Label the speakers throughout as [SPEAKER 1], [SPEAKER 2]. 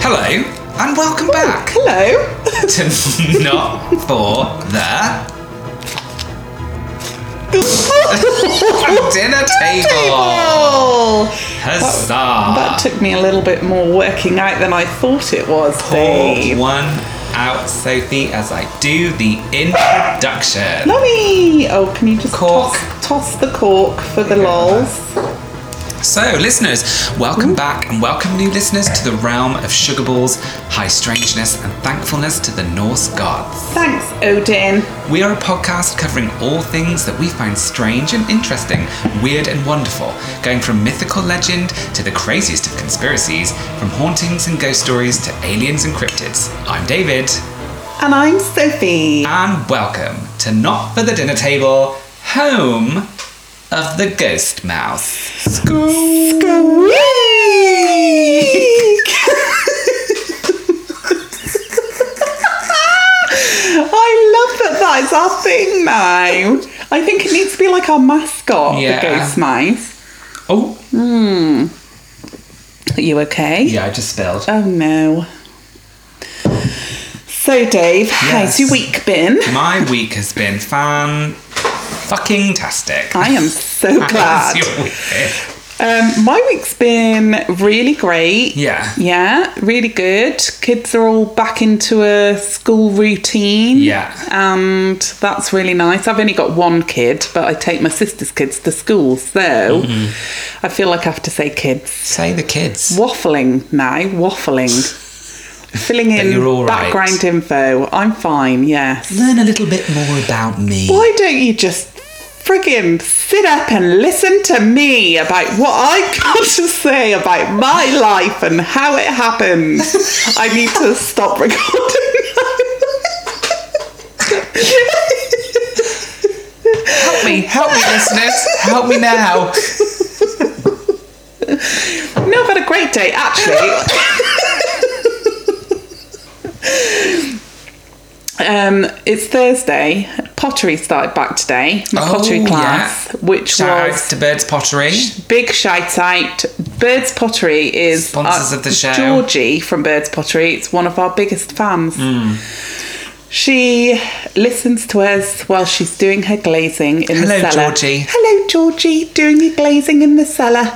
[SPEAKER 1] Hello, and welcome back
[SPEAKER 2] Hello.
[SPEAKER 1] to Not For The Dinner Table.
[SPEAKER 2] Oh, that
[SPEAKER 1] Huzzah.
[SPEAKER 2] took me a little bit more working out than I thought it was.
[SPEAKER 1] Pour
[SPEAKER 2] Dave.
[SPEAKER 1] one out, Sophie, as I do the introduction.
[SPEAKER 2] Lovely. Oh, can you just
[SPEAKER 1] Cork.
[SPEAKER 2] Toss, toss the cork for the lols?
[SPEAKER 1] So, listeners, welcome back and welcome new listeners to the realm of sugar balls, high strangeness, and thankfulness to the Norse gods.
[SPEAKER 2] Thanks, Odin.
[SPEAKER 1] We are a podcast covering all things that we find strange and interesting, weird and wonderful, going from mythical legend to the craziest of conspiracies, from hauntings and ghost stories to aliens and cryptids. I'm David,
[SPEAKER 2] And I'm Sophie.
[SPEAKER 1] and welcome to Not for the Dinner Table, home of the Ghost Mouse.
[SPEAKER 2] Squeak! I love that that is our thing now. I think it needs to be like our mascot,
[SPEAKER 1] Yeah.
[SPEAKER 2] the ghost mice.
[SPEAKER 1] Oh,
[SPEAKER 2] Are you okay?
[SPEAKER 1] yeah, I just spilled.
[SPEAKER 2] Oh no. So, Dave, how's
[SPEAKER 1] Yes.
[SPEAKER 2] your week been?
[SPEAKER 1] My week has been fan fucking tastic.
[SPEAKER 2] I am so glad. Um, my week's been really great.
[SPEAKER 1] Yeah.
[SPEAKER 2] Yeah, really good. Kids are all back into a school routine.
[SPEAKER 1] Yeah.
[SPEAKER 2] And that's really nice. I've only got one kid, but I take my sister's kids to school, so
[SPEAKER 1] Mm-hmm.
[SPEAKER 2] I feel like I have to say kids.
[SPEAKER 1] Say the kids.
[SPEAKER 2] Waffling now, waffling. Filling in
[SPEAKER 1] you're all right.
[SPEAKER 2] background info. I'm fine, yes.
[SPEAKER 1] Learn a little bit more about me.
[SPEAKER 2] Why don't you just friggin' sit up and listen to me about what I got to say about my life and how it happened? I need to stop recording.
[SPEAKER 1] Help me, help me, listeners. Help me now.
[SPEAKER 2] no, I've had a great day, actually. Um, it's Thursday. Pottery started back today. My
[SPEAKER 1] Oh,
[SPEAKER 2] pottery
[SPEAKER 1] yeah.
[SPEAKER 2] class, which
[SPEAKER 1] Shout
[SPEAKER 2] was
[SPEAKER 1] out to Birds Pottery.
[SPEAKER 2] Big shout out. Birds Pottery is uh,
[SPEAKER 1] Sponsors of the show.
[SPEAKER 2] Georgie from Birds Pottery. It's one of our biggest fans. She listens to us while she's doing her glazing in
[SPEAKER 1] Hello,
[SPEAKER 2] the cellar.
[SPEAKER 1] Georgie.
[SPEAKER 2] Hello, Georgie. Doing your glazing in the cellar.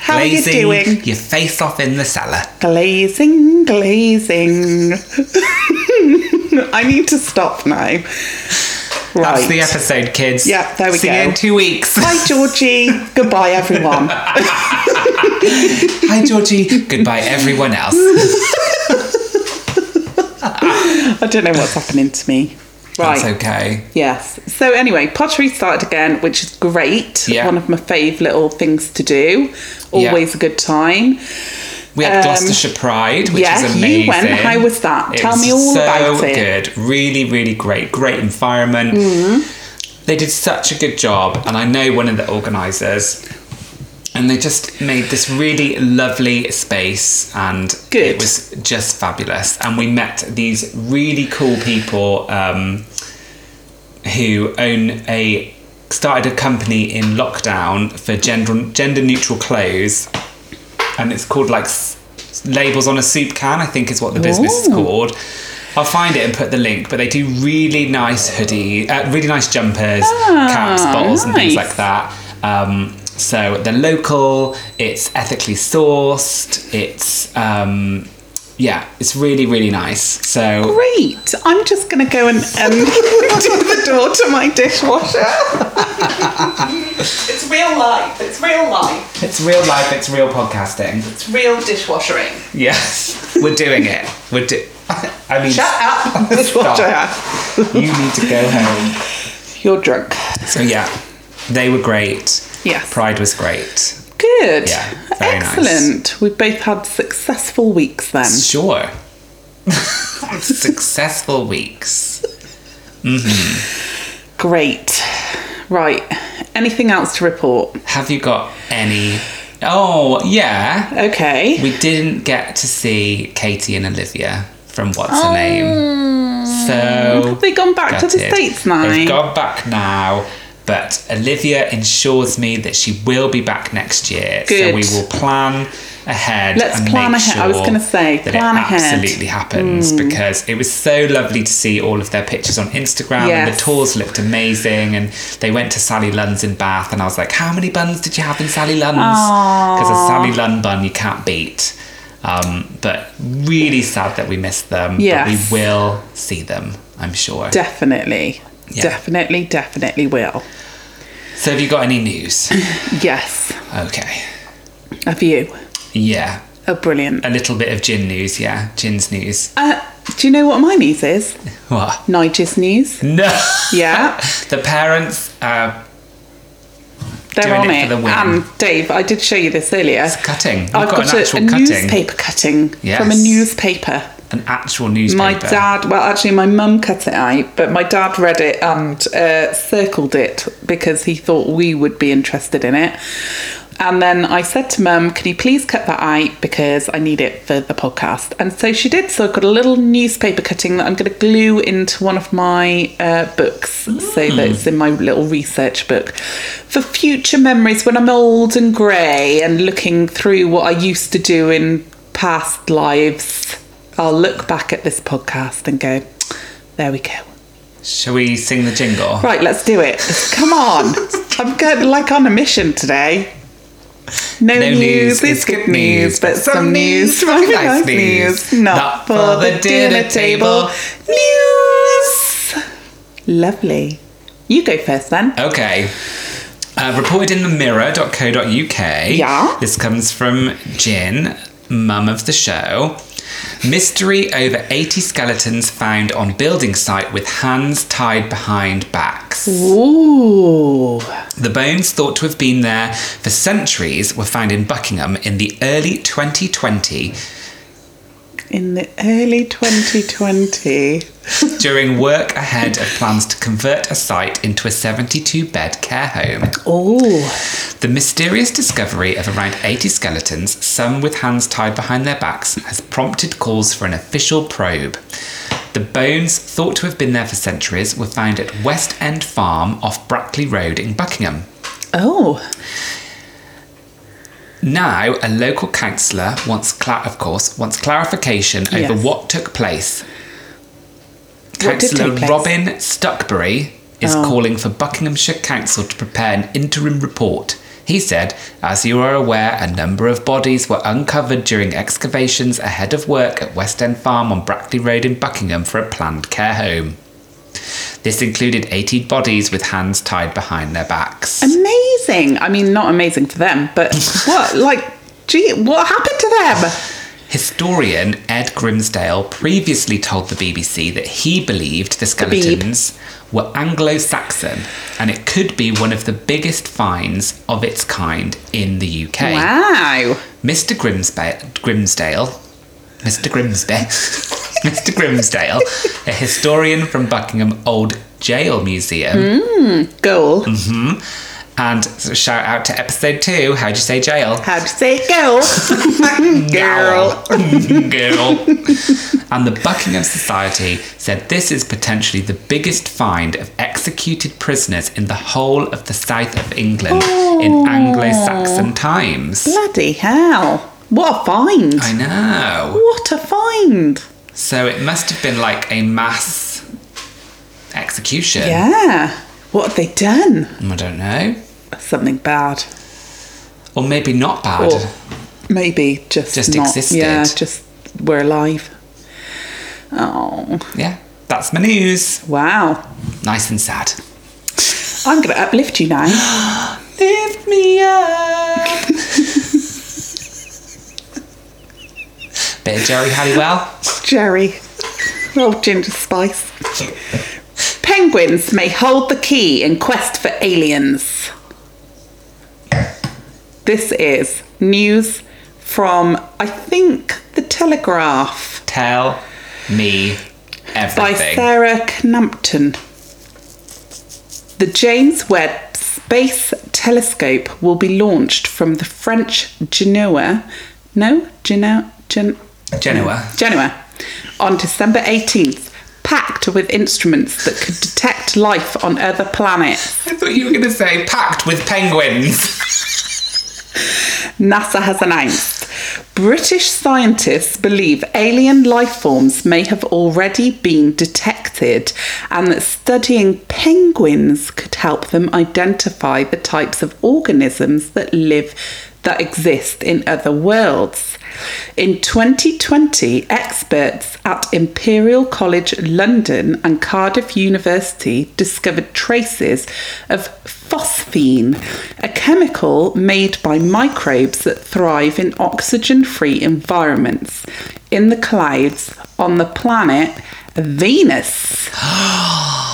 [SPEAKER 2] How
[SPEAKER 1] Glazing
[SPEAKER 2] are you doing?
[SPEAKER 1] Your face off in the cellar.
[SPEAKER 2] Glazing, glazing. I need to stop now. Right.
[SPEAKER 1] That's the episode, kids.
[SPEAKER 2] Yeah, there we
[SPEAKER 1] See
[SPEAKER 2] go.
[SPEAKER 1] you in two weeks.
[SPEAKER 2] Bye, Georgie. Goodbye, everyone.
[SPEAKER 1] Hi, Georgie. Goodbye, everyone else.
[SPEAKER 2] I don't know what's happening to me. Right.
[SPEAKER 1] That's okay.
[SPEAKER 2] Yes. So anyway, pottery started again, which is great.
[SPEAKER 1] Yeah.
[SPEAKER 2] One of my fave little things to do.
[SPEAKER 1] Yeah.
[SPEAKER 2] Always a good time.
[SPEAKER 1] We had
[SPEAKER 2] Um,
[SPEAKER 1] Gloucestershire Pride, which
[SPEAKER 2] yeah,
[SPEAKER 1] is amazing.
[SPEAKER 2] you went. How was that?
[SPEAKER 1] It
[SPEAKER 2] Tell
[SPEAKER 1] was
[SPEAKER 2] me all
[SPEAKER 1] so
[SPEAKER 2] about it.
[SPEAKER 1] good. Really, really great. Great environment.
[SPEAKER 2] Mm-hmm.
[SPEAKER 1] They did such a good job, and I know one of the organisers. And they just made this really lovely space, and
[SPEAKER 2] Good.
[SPEAKER 1] it was just fabulous. And we met these really cool people um, who own a started a company in lockdown for gender gender neutral clothes, and it's called like s- labels on a soup can. I think is what the business is
[SPEAKER 2] Ooh.
[SPEAKER 1] called. I'll find it and put the link. But they do really nice hoodie, uh, really nice jumpers, caps, bottles, and things
[SPEAKER 2] Ah, nice.
[SPEAKER 1] like that. Um, so they're local. It's ethically sourced. It's um, yeah, it's really really nice. So
[SPEAKER 2] Great. I'm just going to go and um, do the door to my dishwasher. it's real life. It's real life.
[SPEAKER 1] it's real life. It's real podcasting.
[SPEAKER 2] It's real dishwashering.
[SPEAKER 1] Yes, we're doing it. We're do. I mean,
[SPEAKER 2] Shut up. Dishwasher.
[SPEAKER 1] you need to go home.
[SPEAKER 2] You're drunk.
[SPEAKER 1] So yeah, they were great.
[SPEAKER 2] Yes.
[SPEAKER 1] Pride was great.
[SPEAKER 2] Good.
[SPEAKER 1] Yeah, very nice.
[SPEAKER 2] Excellent. We've both had successful weeks then.
[SPEAKER 1] Sure. Successful weeks.
[SPEAKER 2] Great. Right. Anything else to report?
[SPEAKER 1] Have you got any? Oh, yeah.
[SPEAKER 2] Okay.
[SPEAKER 1] We didn't get to see Katie and Olivia from What's Her Name. So.
[SPEAKER 2] Have they gone back to the
[SPEAKER 1] gutted.
[SPEAKER 2] States now?
[SPEAKER 1] They've gone back now, but Olivia ensures me that she will be back next year.
[SPEAKER 2] Good.
[SPEAKER 1] So we will plan ahead.
[SPEAKER 2] Let's
[SPEAKER 1] and
[SPEAKER 2] plan
[SPEAKER 1] make
[SPEAKER 2] ahead. I was
[SPEAKER 1] sure
[SPEAKER 2] gonna say,
[SPEAKER 1] that
[SPEAKER 2] plan
[SPEAKER 1] it
[SPEAKER 2] ahead. Mm.
[SPEAKER 1] absolutely happens because it was so lovely to see all of their pictures on Instagram and
[SPEAKER 2] Yes.
[SPEAKER 1] the tours looked amazing. And they went to Sally Lunn's in Bath, and I was like, "How many buns did you have in Sally Lunn's?" Because a Sally Lunn bun you can't beat. Um, but really sad that we missed them. But
[SPEAKER 2] Yes.
[SPEAKER 1] we will see them, I'm sure.
[SPEAKER 2] Definitely.
[SPEAKER 1] Yeah.
[SPEAKER 2] Definitely, definitely will.
[SPEAKER 1] So have you got any news?
[SPEAKER 2] Yes.
[SPEAKER 1] Okay.
[SPEAKER 2] Of you.
[SPEAKER 1] Yeah.
[SPEAKER 2] Oh, brilliant.
[SPEAKER 1] A little bit of gin news, yeah. Gin's news.
[SPEAKER 2] Uh, do you know what my news is?
[SPEAKER 1] What?
[SPEAKER 2] Nigel's news.
[SPEAKER 1] No.
[SPEAKER 2] Yeah.
[SPEAKER 1] the parents are
[SPEAKER 2] They're
[SPEAKER 1] Doing
[SPEAKER 2] on
[SPEAKER 1] it
[SPEAKER 2] it.
[SPEAKER 1] for the win.
[SPEAKER 2] And Dave, I did show you this earlier.
[SPEAKER 1] cutting. We've
[SPEAKER 2] I've
[SPEAKER 1] got,
[SPEAKER 2] got,
[SPEAKER 1] an
[SPEAKER 2] a,
[SPEAKER 1] actual
[SPEAKER 2] a
[SPEAKER 1] cutting.
[SPEAKER 2] newspaper cutting from a
[SPEAKER 1] Yes.
[SPEAKER 2] newspaper.
[SPEAKER 1] An actual newspaper.
[SPEAKER 2] My dad, well, actually, my mum cut it out, but my dad read it and uh, circled it because he thought we would be interested in it. And then I said to mum, Can you please cut that out because I need it for the podcast? And so she did. So I've got a little newspaper cutting that I'm going to glue into one of my uh, books so that it's in my little research book for future memories when I'm old and grey and looking through what I used to do in past lives. I'll look back at this podcast and go, there we go.
[SPEAKER 1] Shall we sing the jingle?
[SPEAKER 2] Right, let's do it. Come on. I'm good, like on a mission today. No, news, is good news, but some news from nice news, not for the dinner table. News! Lovely. You go first then.
[SPEAKER 1] Okay. Uh, reported in the mirror.co.uk.
[SPEAKER 2] Yeah.
[SPEAKER 1] This comes from Jin, mum of the show. Mystery over 80 skeletons found on building site with hands tied behind backs.
[SPEAKER 2] Ooh.
[SPEAKER 1] The bones thought to have been there for centuries were found in Buckingham in the early 2020
[SPEAKER 2] In the early 2020.
[SPEAKER 1] during work ahead of plans to convert a site into a 72 bed care home.
[SPEAKER 2] Ooh.
[SPEAKER 1] The mysterious discovery of around 80 skeletons, some with hands tied behind their backs, has prompted calls for an official probe. The bones, thought to have been there for centuries, were found at West End Farm off Brackley Road in Buckingham.
[SPEAKER 2] Oh.
[SPEAKER 1] Now, a local councillor wants, cla- of course, wants clarification over
[SPEAKER 2] Yes.
[SPEAKER 1] what took place.
[SPEAKER 2] What did
[SPEAKER 1] Councillor
[SPEAKER 2] take place?
[SPEAKER 1] Robin Stuckbury is
[SPEAKER 2] Oh.
[SPEAKER 1] calling for Buckinghamshire Council to prepare an interim report. He said, as you are aware, a number of bodies were uncovered during excavations ahead of work at West End Farm on Brackley Road in Buckingham for a planned care home. This included 18 bodies with hands tied behind their backs.
[SPEAKER 2] Amazing. I mean, not amazing for them, but what, like, gee, what happened to them?
[SPEAKER 1] Historian Ed Grimsdale previously told the BBC that he believed the skeletons were Anglo Saxon and it could be one of the biggest finds of its kind in the UK.
[SPEAKER 2] Wow.
[SPEAKER 1] Mr. Grimsba- Grimsdale, Mr. Grimsby, Mr. Grimsdale, a historian from Buckingham Old Jail Museum,
[SPEAKER 2] Goal.
[SPEAKER 1] and shout out to episode two, How'd You Say Jail?
[SPEAKER 2] How'd you say girl? girl.
[SPEAKER 1] Girl. and the Buckingham Society said this is potentially the biggest find of executed prisoners in the whole of the south of England in Anglo Saxon times.
[SPEAKER 2] Bloody hell. What a find.
[SPEAKER 1] I know.
[SPEAKER 2] What a find.
[SPEAKER 1] So it must have been like a mass execution.
[SPEAKER 2] Yeah. What have they done?
[SPEAKER 1] I don't know.
[SPEAKER 2] Something bad.
[SPEAKER 1] Or maybe not bad.
[SPEAKER 2] Or maybe just
[SPEAKER 1] Just
[SPEAKER 2] not,
[SPEAKER 1] existed.
[SPEAKER 2] Yeah, just we're alive. Oh,
[SPEAKER 1] Yeah. That's my news.
[SPEAKER 2] wow.
[SPEAKER 1] Nice and sad.
[SPEAKER 2] I'm going to uplift you now.
[SPEAKER 1] Lift me up. Bit of Jerry Halliwell.
[SPEAKER 2] Jerry. Old ginger spice. Penguins may hold the key in quest for aliens. This is news from, I think, The Telegraph
[SPEAKER 1] Tell me
[SPEAKER 2] by
[SPEAKER 1] everything.
[SPEAKER 2] Sarah Knampton. The James Webb Space Telescope will be launched from the French Genoa. No, Genoa. Gen-
[SPEAKER 1] Genoa.
[SPEAKER 2] Genoa. On December 18th, packed with instruments that could detect life on other planets.
[SPEAKER 1] I thought you were going to say packed with penguins.
[SPEAKER 2] NASA has announced. British scientists believe alien life forms may have already been detected and that studying penguins could help them identify the types of organisms that live that exist in other worlds. In 2020, experts at Imperial College London and Cardiff University discovered traces of phosphine, a chemical made by microbes that thrive in oxygen free environments, in the clouds, on the planet Venus.
[SPEAKER 1] Ah.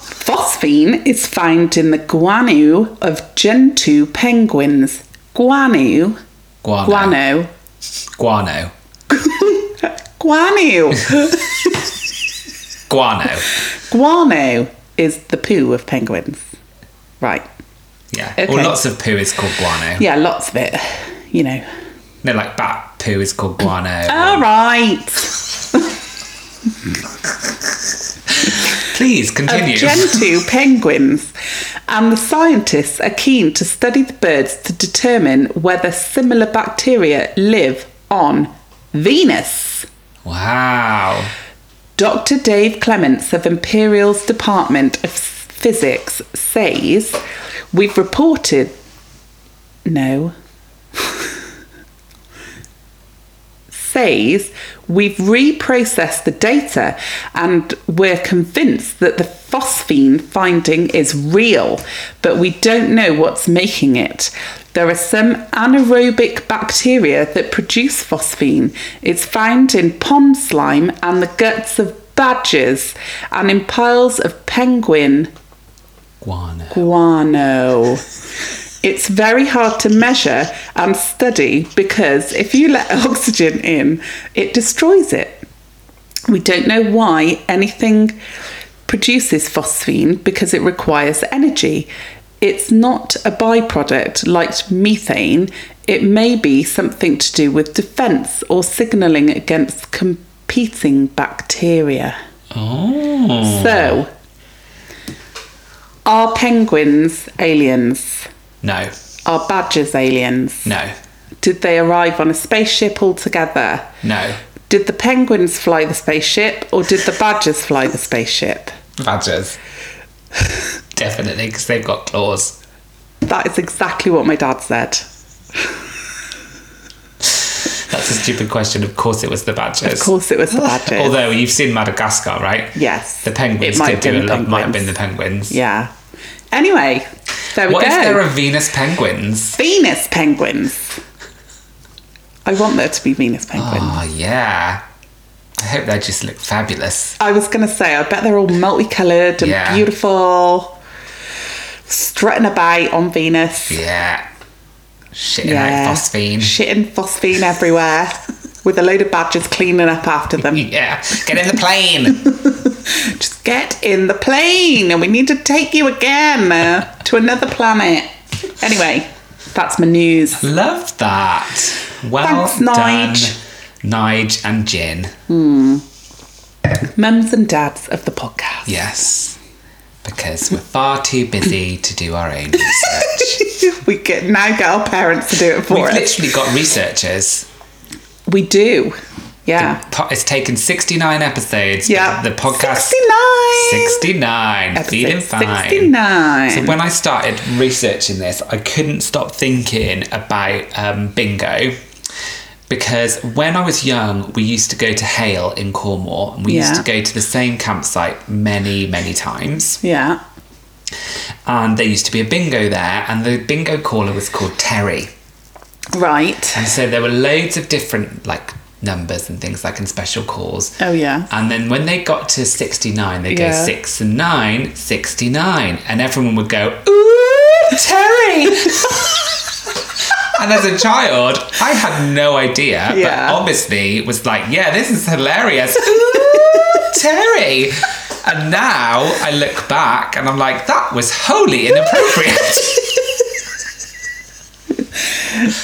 [SPEAKER 2] Phosphine is found in the guano of Gentoo penguins. Guano.
[SPEAKER 1] Guano.
[SPEAKER 2] Guano.
[SPEAKER 1] Guano.
[SPEAKER 2] Guano.
[SPEAKER 1] Guano.
[SPEAKER 2] Guano is the poo of penguins. Right.
[SPEAKER 1] Yeah.
[SPEAKER 2] Okay.
[SPEAKER 1] Well, lots of poo is called guano.
[SPEAKER 2] Yeah, lots of it. You know.
[SPEAKER 1] No, like bat poo is called guano.
[SPEAKER 2] All right.
[SPEAKER 1] Please continue.
[SPEAKER 2] Of Gentoo penguins. And the scientists are keen to study the birds to determine whether similar bacteria live on Venus.
[SPEAKER 1] wow.
[SPEAKER 2] Dr. Dave Clements of Imperial's Department of Physics says, We've reported. No. says, We've reprocessed the data and we're convinced that the phosphine finding is real, but we don't know what's making it. There are some anaerobic bacteria that produce phosphine. It's found in pond slime and the guts of badgers and in piles of penguin
[SPEAKER 1] Guano.
[SPEAKER 2] guano. It's very hard to measure and study because if you let oxygen in, it destroys it. We don't know why anything produces phosphine because it requires energy. It's not a byproduct like methane. It may be something to do with defense or signaling against competing bacteria.
[SPEAKER 1] Oh.
[SPEAKER 2] So,
[SPEAKER 1] Mm.
[SPEAKER 2] are penguins aliens?
[SPEAKER 1] No.
[SPEAKER 2] Are badgers aliens?
[SPEAKER 1] No.
[SPEAKER 2] Did they arrive on a spaceship altogether?
[SPEAKER 1] No.
[SPEAKER 2] Did the penguins fly the spaceship or did the badgers fly the spaceship?
[SPEAKER 1] Badgers. Definitely, because they've got claws.
[SPEAKER 2] That is exactly what my dad said.
[SPEAKER 1] That's a stupid question. Of course, it was the badgers.
[SPEAKER 2] Of course, it was the badgers.
[SPEAKER 1] Although you've seen Madagascar, right?
[SPEAKER 2] yes.
[SPEAKER 1] The penguins
[SPEAKER 2] It might
[SPEAKER 1] did
[SPEAKER 2] have
[SPEAKER 1] do a
[SPEAKER 2] been
[SPEAKER 1] lot. Might have been
[SPEAKER 2] penguins.
[SPEAKER 1] the penguins.
[SPEAKER 2] Yeah. Anyway, there we
[SPEAKER 1] What
[SPEAKER 2] go.
[SPEAKER 1] if there are Venus penguins?
[SPEAKER 2] Venus penguins. I want there to be Venus penguins.
[SPEAKER 1] Oh yeah. I hope they just look fabulous.
[SPEAKER 2] I was going to say, I bet they're all multicoloured and
[SPEAKER 1] Yeah.
[SPEAKER 2] beautiful, strutting about on Venus.
[SPEAKER 1] Yeah. Shitting
[SPEAKER 2] Yeah.
[SPEAKER 1] out phosphine.
[SPEAKER 2] Shitting phosphine everywhere with a load of badgers cleaning up after them.
[SPEAKER 1] Yeah. Get in the plane.
[SPEAKER 2] Just get in the plane and we need to take you again uh, to another planet. Anyway, that's my news.
[SPEAKER 1] Love that. Well
[SPEAKER 2] Thanks, Nige.
[SPEAKER 1] done, Nige and Jin.
[SPEAKER 2] Mums and dads of the podcast.
[SPEAKER 1] Yes. Because we're far too busy to do our own research.
[SPEAKER 2] we get now get our parents to do it for
[SPEAKER 1] We've
[SPEAKER 2] us.
[SPEAKER 1] literally got researchers.
[SPEAKER 2] we do. Yeah.
[SPEAKER 1] Po- It's taken 69 episodes. but
[SPEAKER 2] Yeah.
[SPEAKER 1] The podcast
[SPEAKER 2] 69.
[SPEAKER 1] 69.
[SPEAKER 2] Episode
[SPEAKER 1] Feeling fine.
[SPEAKER 2] 69.
[SPEAKER 1] So when I started researching this, I couldn't stop thinking about um, bingo because when I was young, we used to go to Hale in Cornwall and we used
[SPEAKER 2] Yeah.
[SPEAKER 1] to go to the same campsite many, many times.
[SPEAKER 2] Yeah.
[SPEAKER 1] And there used to be a bingo there, and the bingo caller was called Terry.
[SPEAKER 2] Right.
[SPEAKER 1] And so there were loads of different like numbers and things like in special calls.
[SPEAKER 2] Oh, yeah.
[SPEAKER 1] And then when they got to 69, they go
[SPEAKER 2] Yeah.
[SPEAKER 1] 6 and 9, 69. And everyone would go, Ooh, Terry!
[SPEAKER 2] free.
[SPEAKER 1] And as a child, I had no idea,
[SPEAKER 2] Yeah.
[SPEAKER 1] but obviously was like, yeah, this is hilarious. Terry. And now I look back and I'm like, that was wholly inappropriate.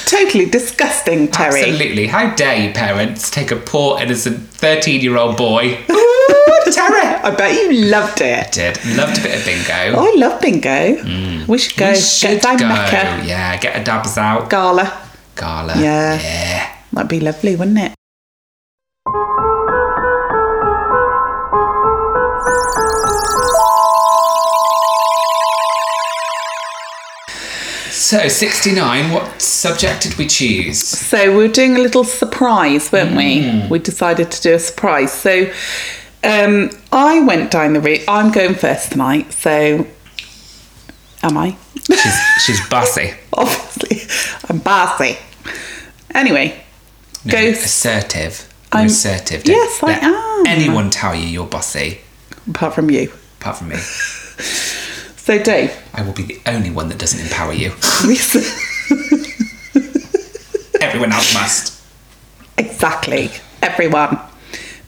[SPEAKER 2] totally disgusting, Terry.
[SPEAKER 1] Absolutely. How dare you, parents, take a poor, innocent 13 year old boy. Terry.
[SPEAKER 2] I bet you loved it.
[SPEAKER 1] Did. Loved a bit of bingo.
[SPEAKER 2] Oh, I love bingo. We should go.
[SPEAKER 1] Mm. We should
[SPEAKER 2] get down
[SPEAKER 1] go.
[SPEAKER 2] Mecca.
[SPEAKER 1] Yeah, get a dabs out.
[SPEAKER 2] Gala.
[SPEAKER 1] Gala.
[SPEAKER 2] Yeah.
[SPEAKER 1] yeah.
[SPEAKER 2] That'd be lovely, wouldn't it?
[SPEAKER 1] So, 69, what subject did we choose?
[SPEAKER 2] So we were doing a little surprise, weren't
[SPEAKER 1] Mm.
[SPEAKER 2] we? We decided to do a surprise. So um, I went down the route. I'm going first tonight. So am I?
[SPEAKER 1] She's, she's bossy.
[SPEAKER 2] Obviously, I'm bossy. Anyway,
[SPEAKER 1] No,
[SPEAKER 2] go.
[SPEAKER 1] assertive. I'm
[SPEAKER 2] I'm-
[SPEAKER 1] assertive.
[SPEAKER 2] Yes, I
[SPEAKER 1] let
[SPEAKER 2] am.
[SPEAKER 1] Anyone tell you you're bossy,
[SPEAKER 2] Apart from you.
[SPEAKER 1] apart from me.
[SPEAKER 2] So Dave,
[SPEAKER 1] I will be the only one that doesn't empower you.
[SPEAKER 2] recent-
[SPEAKER 1] Everyone else must.
[SPEAKER 2] Exactly. Everyone.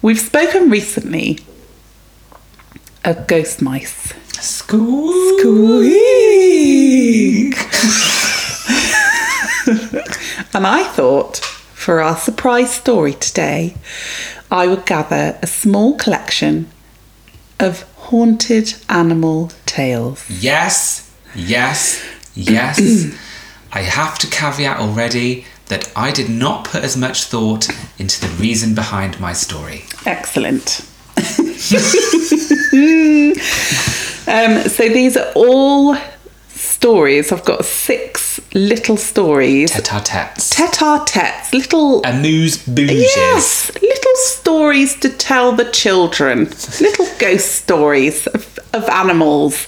[SPEAKER 2] We've spoken recently of ghost mice.
[SPEAKER 1] School.
[SPEAKER 2] And I thought for our surprise story today, I would gather a small collection of haunted animal tales.
[SPEAKER 1] Yes, yes, yes. I have to caveat already that I did not put as much thought into the reason behind my story.
[SPEAKER 2] Excellent. um, so these are all stories. I've got six little stories.
[SPEAKER 1] Tete a tete.
[SPEAKER 2] Tete-a-tetes, little
[SPEAKER 1] Amuse bouges.
[SPEAKER 2] Yes, little stories to tell the children, little ghost stories of, of animals.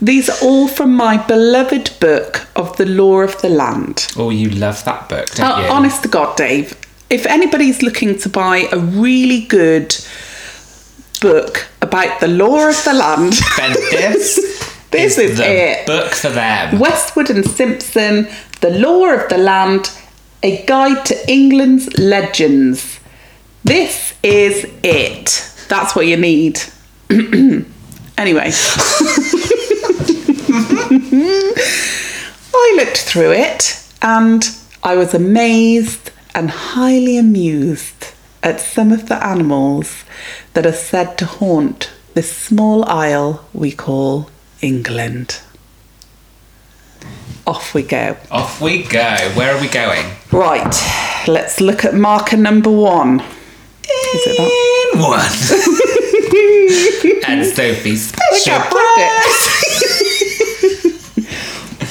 [SPEAKER 2] These are all from my beloved book of the law of the land.
[SPEAKER 1] Oh, you love that book, don't
[SPEAKER 2] Uh,
[SPEAKER 1] you?
[SPEAKER 2] honest to God, Dave, if anybody's looking to buy a really good book about the law of the land,
[SPEAKER 1] Then this,
[SPEAKER 2] This is
[SPEAKER 1] the
[SPEAKER 2] it.
[SPEAKER 1] book for them.
[SPEAKER 2] Westwood and Simpson, The Law of the Land, A Guide to England's Legends. This is it. That's what you need. anyway. I looked through it and I was amazed and highly amused at some of the animals that are said to haunt this small isle we call England. Off we go.
[SPEAKER 1] Off we go. Where are we going?
[SPEAKER 2] Right, let's look at marker number one. Is it that?
[SPEAKER 1] In one. and Sophie's special.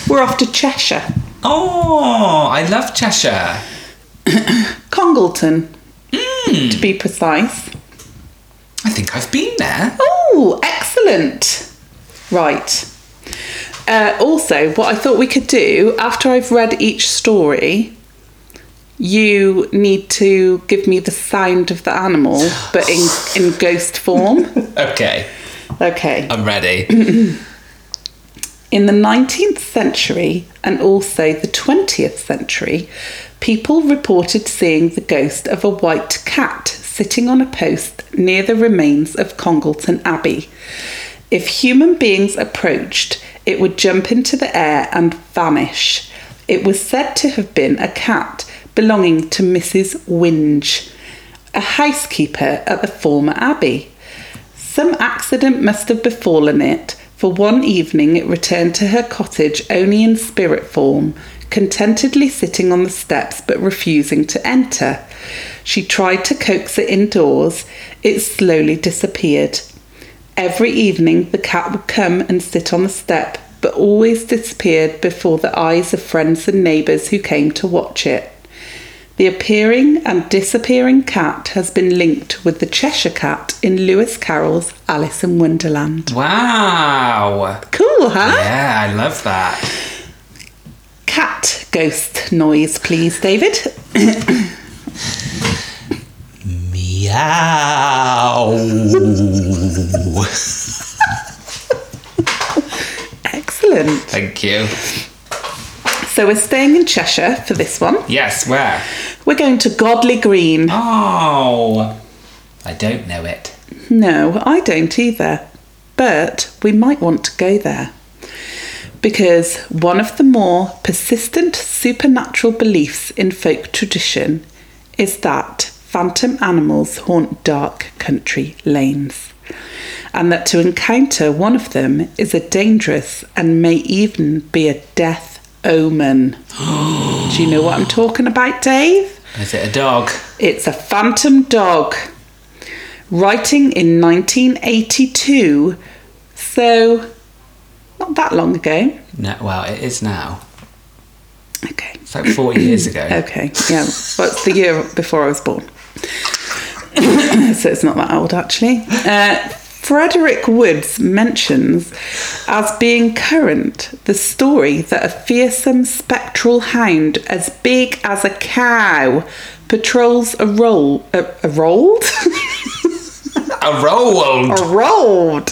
[SPEAKER 2] We're off to Cheshire.
[SPEAKER 1] Oh, I love Cheshire.
[SPEAKER 2] Congleton, to be precise.
[SPEAKER 1] I think I've been there.
[SPEAKER 2] Oh, excellent. Right. Uh, also, what I thought we could do after I've read each story, you need to give me the sound of the animal, but in, in ghost form.
[SPEAKER 1] Okay,
[SPEAKER 2] Okay.
[SPEAKER 1] I'm ready.
[SPEAKER 2] In the 19th century and also the 20th century, people reported seeing the ghost of a white cat sitting on a post near the remains of Congleton Abbey. If human beings approached, it would jump into the air and vanish. It was said to have been a cat belonging to Mrs. Winge, a housekeeper at the former abbey. Some accident must have befallen it, for one evening it returned to her cottage only in spirit form, contentedly sitting on the steps but refusing to enter. She tried to coax it indoors, it slowly disappeared. Every evening the cat would come and sit on the step, but always disappeared before the eyes of friends and neighbours who came to watch it. The appearing and disappearing cat has been linked with the Cheshire Cat in Lewis Carroll's Alice in Wonderland.
[SPEAKER 1] Wow.
[SPEAKER 2] Cool, huh?
[SPEAKER 1] Yeah, I love that.
[SPEAKER 2] Cat ghost noise, please, David.
[SPEAKER 1] Meow.
[SPEAKER 2] Excellent.
[SPEAKER 1] Thank you.
[SPEAKER 2] So we're staying in Cheshire for this one.
[SPEAKER 1] Yes, where?
[SPEAKER 2] We're going to Godley Green.
[SPEAKER 1] Oh, I don't know it.
[SPEAKER 2] No, I don't either. But we might want to go there. Because one of the more persistent supernatural beliefs in folk tradition is that phantom animals haunt dark country lanes, and that to encounter one of them is a dangerous and may even be a death omen. Do you know what I'm talking about, Dave?
[SPEAKER 1] Is it a dog?
[SPEAKER 2] It's a phantom dog. Writing in 1982, so not that long ago.
[SPEAKER 1] No, well, it is now.
[SPEAKER 2] Okay.
[SPEAKER 1] It's like 40 years ago.
[SPEAKER 2] Okay, yeah. But it's the year before I was born. so it's not that old, actually. Uh, Frederick Woods mentions as being current the story that a fearsome spectral hound as big as a cow patrols a roll. A, a rolled?
[SPEAKER 1] A rolled.
[SPEAKER 2] a rolled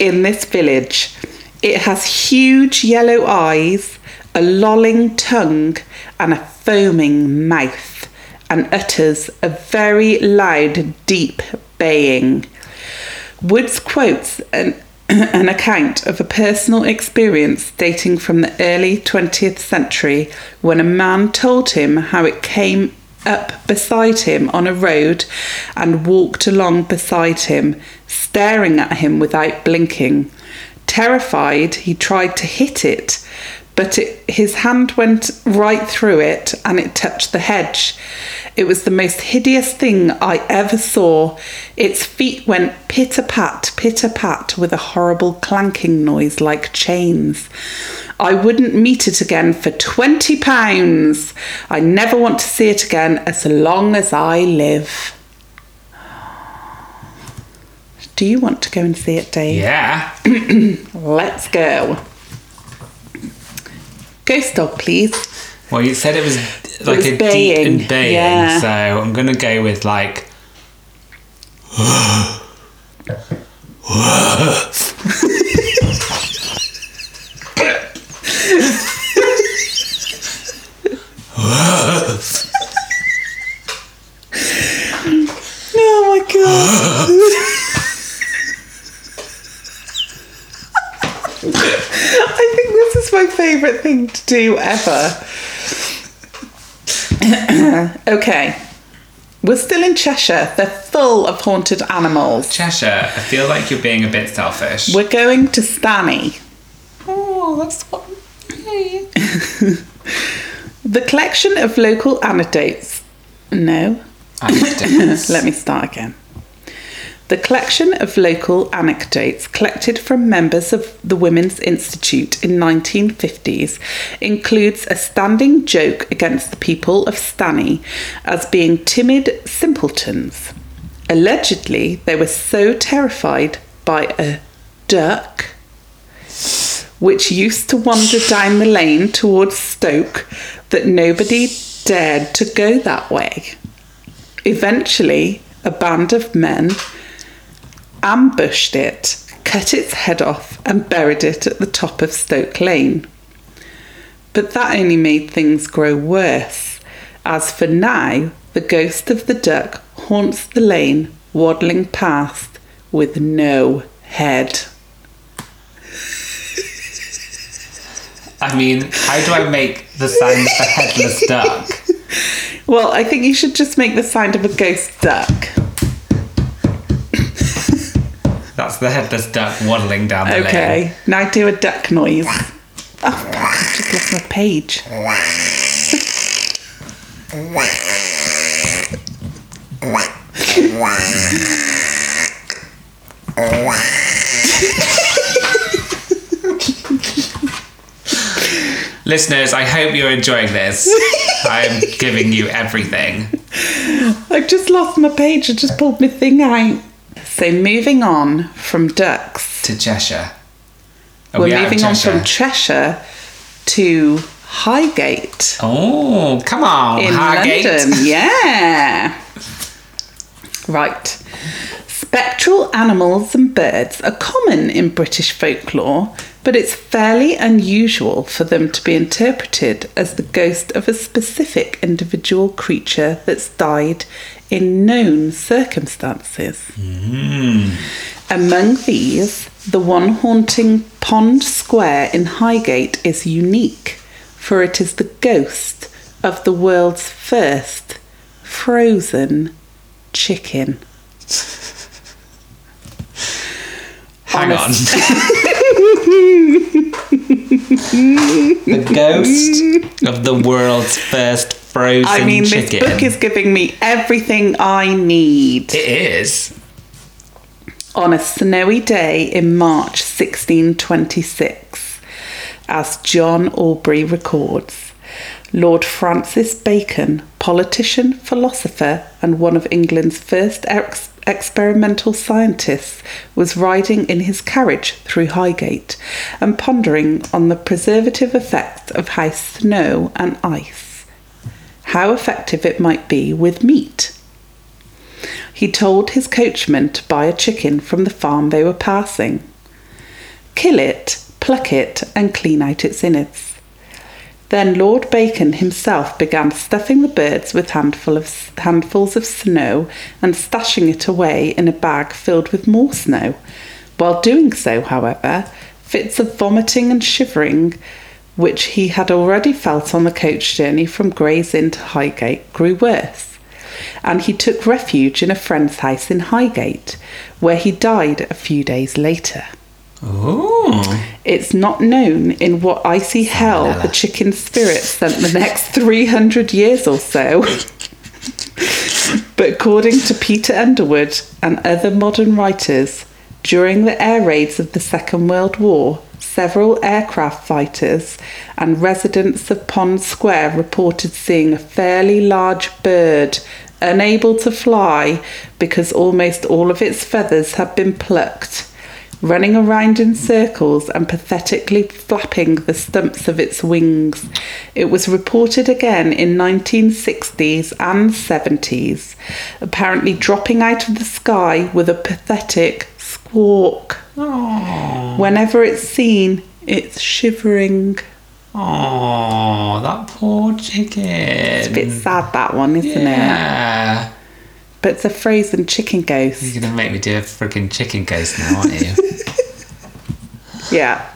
[SPEAKER 2] in this village. It has huge yellow eyes, a lolling tongue, and a foaming mouth, and utters a very loud, deep baying. Woods quotes an, an account of a personal experience dating from the early 20th century when a man told him how it came up beside him on a road and walked along beside him, staring at him without blinking. Terrified, he tried to hit it, but it, his hand went right through it and it touched the hedge. It was the most hideous thing I ever saw. Its feet went pit a pat, pit a pat, with a horrible clanking noise like chains. I wouldn't meet it again for £20. I never want to see it again as long as I live. Do you want to go and see it, Dave?
[SPEAKER 1] Yeah.
[SPEAKER 2] Let's go. Ghost dog, please.
[SPEAKER 1] Well, you said it was like
[SPEAKER 2] was
[SPEAKER 1] a
[SPEAKER 2] baying.
[SPEAKER 1] deep and baying,
[SPEAKER 2] Yeah.
[SPEAKER 1] so I'm going to go with like.
[SPEAKER 2] Oh my god. I think this is my favourite thing to do ever. okay. We're still in Cheshire. They're full of haunted animals.
[SPEAKER 1] Cheshire, I feel like you're being a bit selfish.
[SPEAKER 2] We're going to Stanny.
[SPEAKER 1] Oh, that's what.
[SPEAKER 2] The collection of local anecdotes. No, Let me start again. The collection of local anecdotes collected from members of the Women's Institute in 1950s includes a standing joke against the people of Stanny as being timid simpletons. Allegedly, they were so terrified by a duck which used to wander down the lane towards Stoke that nobody dared to go that way. Eventually, a band of men ambushed it, cut its head off, and buried it at the top of Stoke Lane. But that only made things grow worse, as for now, the ghost of the duck haunts the lane, waddling past with no head.
[SPEAKER 1] I mean, how do I make the sound of a headless duck?
[SPEAKER 2] Well, I think you should just make the sound of a ghost duck.
[SPEAKER 1] That's the headless duck waddling down the lane.
[SPEAKER 2] Okay, now do a duck noise. Oh, I just lost my page.
[SPEAKER 1] Listeners, I hope you're enjoying this. I'm giving you everything.
[SPEAKER 2] I've just lost my page. I just pulled my thing out. So moving on from ducks,
[SPEAKER 1] To Cheshire. Are
[SPEAKER 2] we're
[SPEAKER 1] we out of
[SPEAKER 2] moving on from
[SPEAKER 1] Oh, Cheshire?
[SPEAKER 2] Cheshire to Highgate
[SPEAKER 1] Oh, come on,
[SPEAKER 2] in
[SPEAKER 1] Hargate.
[SPEAKER 2] London. Yeah. Right. Spectral animals and birds are common in British folklore, but it's fairly unusual for them to be interpreted as the ghost of a specific individual creature that's died in known circumstances. Among these, the one haunting Pond Square in Highgate is unique, for it is the ghost of the world's first frozen chicken.
[SPEAKER 1] Hang on. the ghost of the world's first frozen
[SPEAKER 2] I mean,
[SPEAKER 1] chicken.
[SPEAKER 2] this book is giving me everything I need.
[SPEAKER 1] It is.
[SPEAKER 2] on a snowy day in March 1626, as John Aubrey records. Lord Francis Bacon, politician, philosopher, and one of England's first ex- experimental scientists, was riding in his carriage through Highgate and pondering on the preservative effects of how snow and ice, how effective it might be with meat. He told his coachman to buy a chicken from the farm they were passing. Kill it, pluck it, and clean out its innards. Then Lord Bacon himself began stuffing the birds with handful of, handfuls of snow and stashing it away in a bag filled with more snow. While doing so, however, fits of vomiting and shivering, which he had already felt on the coach journey from Gray's Inn to Highgate, grew worse and he took refuge in a friend's house in Highgate, where he died a few days later.
[SPEAKER 1] Oh.
[SPEAKER 2] It's not known in what icy hell the chicken spirit spent the next 300 years or so. but according to Peter Underwood and other modern writers, during the air raids of the Second World War, several aircraft fighters and residents of Pond Square reported seeing a fairly large bird unable to fly because almost all of its feathers had been plucked running around in circles and pathetically flapping the stumps of its wings. It was reported again in 1960s and 70s, apparently dropping out of the sky with a pathetic squawk. Whenever it's seen, it's shivering.
[SPEAKER 1] Oh, that poor chicken. It's
[SPEAKER 2] Bit sad that one, isn't it?
[SPEAKER 1] yeah.
[SPEAKER 2] But it's a frozen chicken ghost.
[SPEAKER 1] You're gonna make me do a freaking chicken ghost now, aren't you?
[SPEAKER 2] Yeah.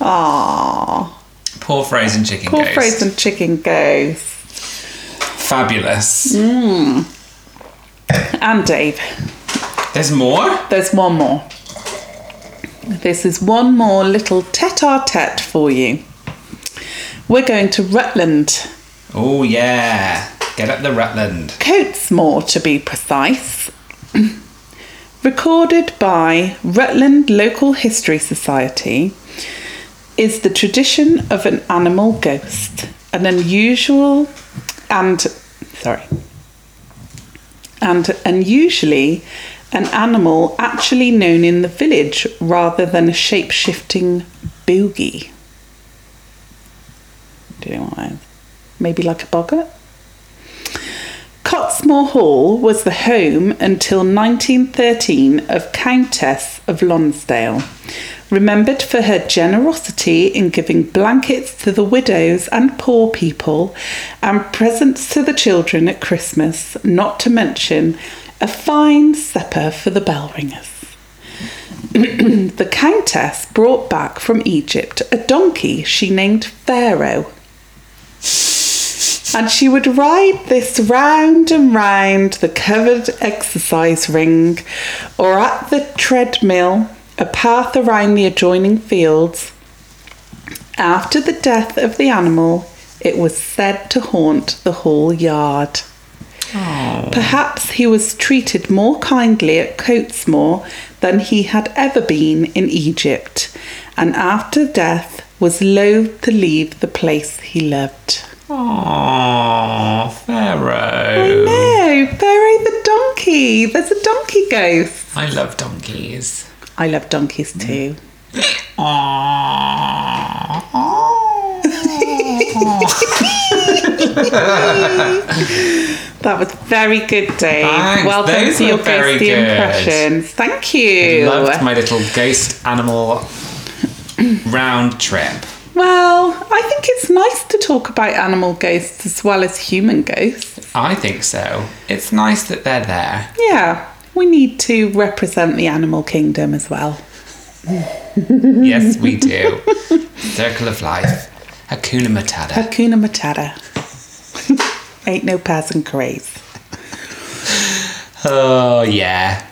[SPEAKER 2] Aww.
[SPEAKER 1] Poor frozen chicken
[SPEAKER 2] Poor
[SPEAKER 1] ghost.
[SPEAKER 2] frozen chicken ghost.
[SPEAKER 1] Fabulous.
[SPEAKER 2] And Dave,
[SPEAKER 1] There's more.
[SPEAKER 2] there's one more. This is one more little tete a tete for you. We're going to Rutland,
[SPEAKER 1] Oh yeah. Get up the Rutland.
[SPEAKER 2] Coatesmore to be precise. Recorded by Rutland Local History Society, is the tradition of an animal ghost, an unusual and sorry, and unusually an animal actually known in the village rather than a shape shifting boogie. Do you know what that is? Maybe like a boggart? Cottesmore Hall was the home until 1913 of Countess of Lonsdale, remembered for her generosity in giving blankets to the widows and poor people and presents to the children at Christmas, not to mention a fine supper for the bell ringers. the Countess brought back from Egypt a donkey she named Pharaoh and she would ride this round and round the covered exercise ring or at the treadmill, a path around the adjoining fields. After the death of the animal, it was said to haunt the whole yard. Perhaps he was treated more kindly at Coatesmore than he had ever been in Egypt, and after death was loath to leave the place he loved.
[SPEAKER 1] Oh, Pharaoh.
[SPEAKER 2] No, Pharaoh the donkey. There's a donkey ghost.
[SPEAKER 1] I love donkeys.
[SPEAKER 2] I love donkeys
[SPEAKER 1] Mm.
[SPEAKER 2] too. That was very good, Dave.
[SPEAKER 1] Thanks.
[SPEAKER 2] Welcome
[SPEAKER 1] Those
[SPEAKER 2] to
[SPEAKER 1] were
[SPEAKER 2] your
[SPEAKER 1] very
[SPEAKER 2] ghosty
[SPEAKER 1] good.
[SPEAKER 2] impressions. Thank you.
[SPEAKER 1] Loved my little ghost animal round trip.
[SPEAKER 2] Well, I think it's nice to talk about animal ghosts as well as human ghosts.
[SPEAKER 1] I think so. It's nice that they're there.
[SPEAKER 2] Yeah, we need to represent the animal kingdom as well.
[SPEAKER 1] Yes, we do. Circle of life. Hakuna Matata.
[SPEAKER 2] Hakuna Matata. Ain't no passing craze.
[SPEAKER 1] Oh, yeah.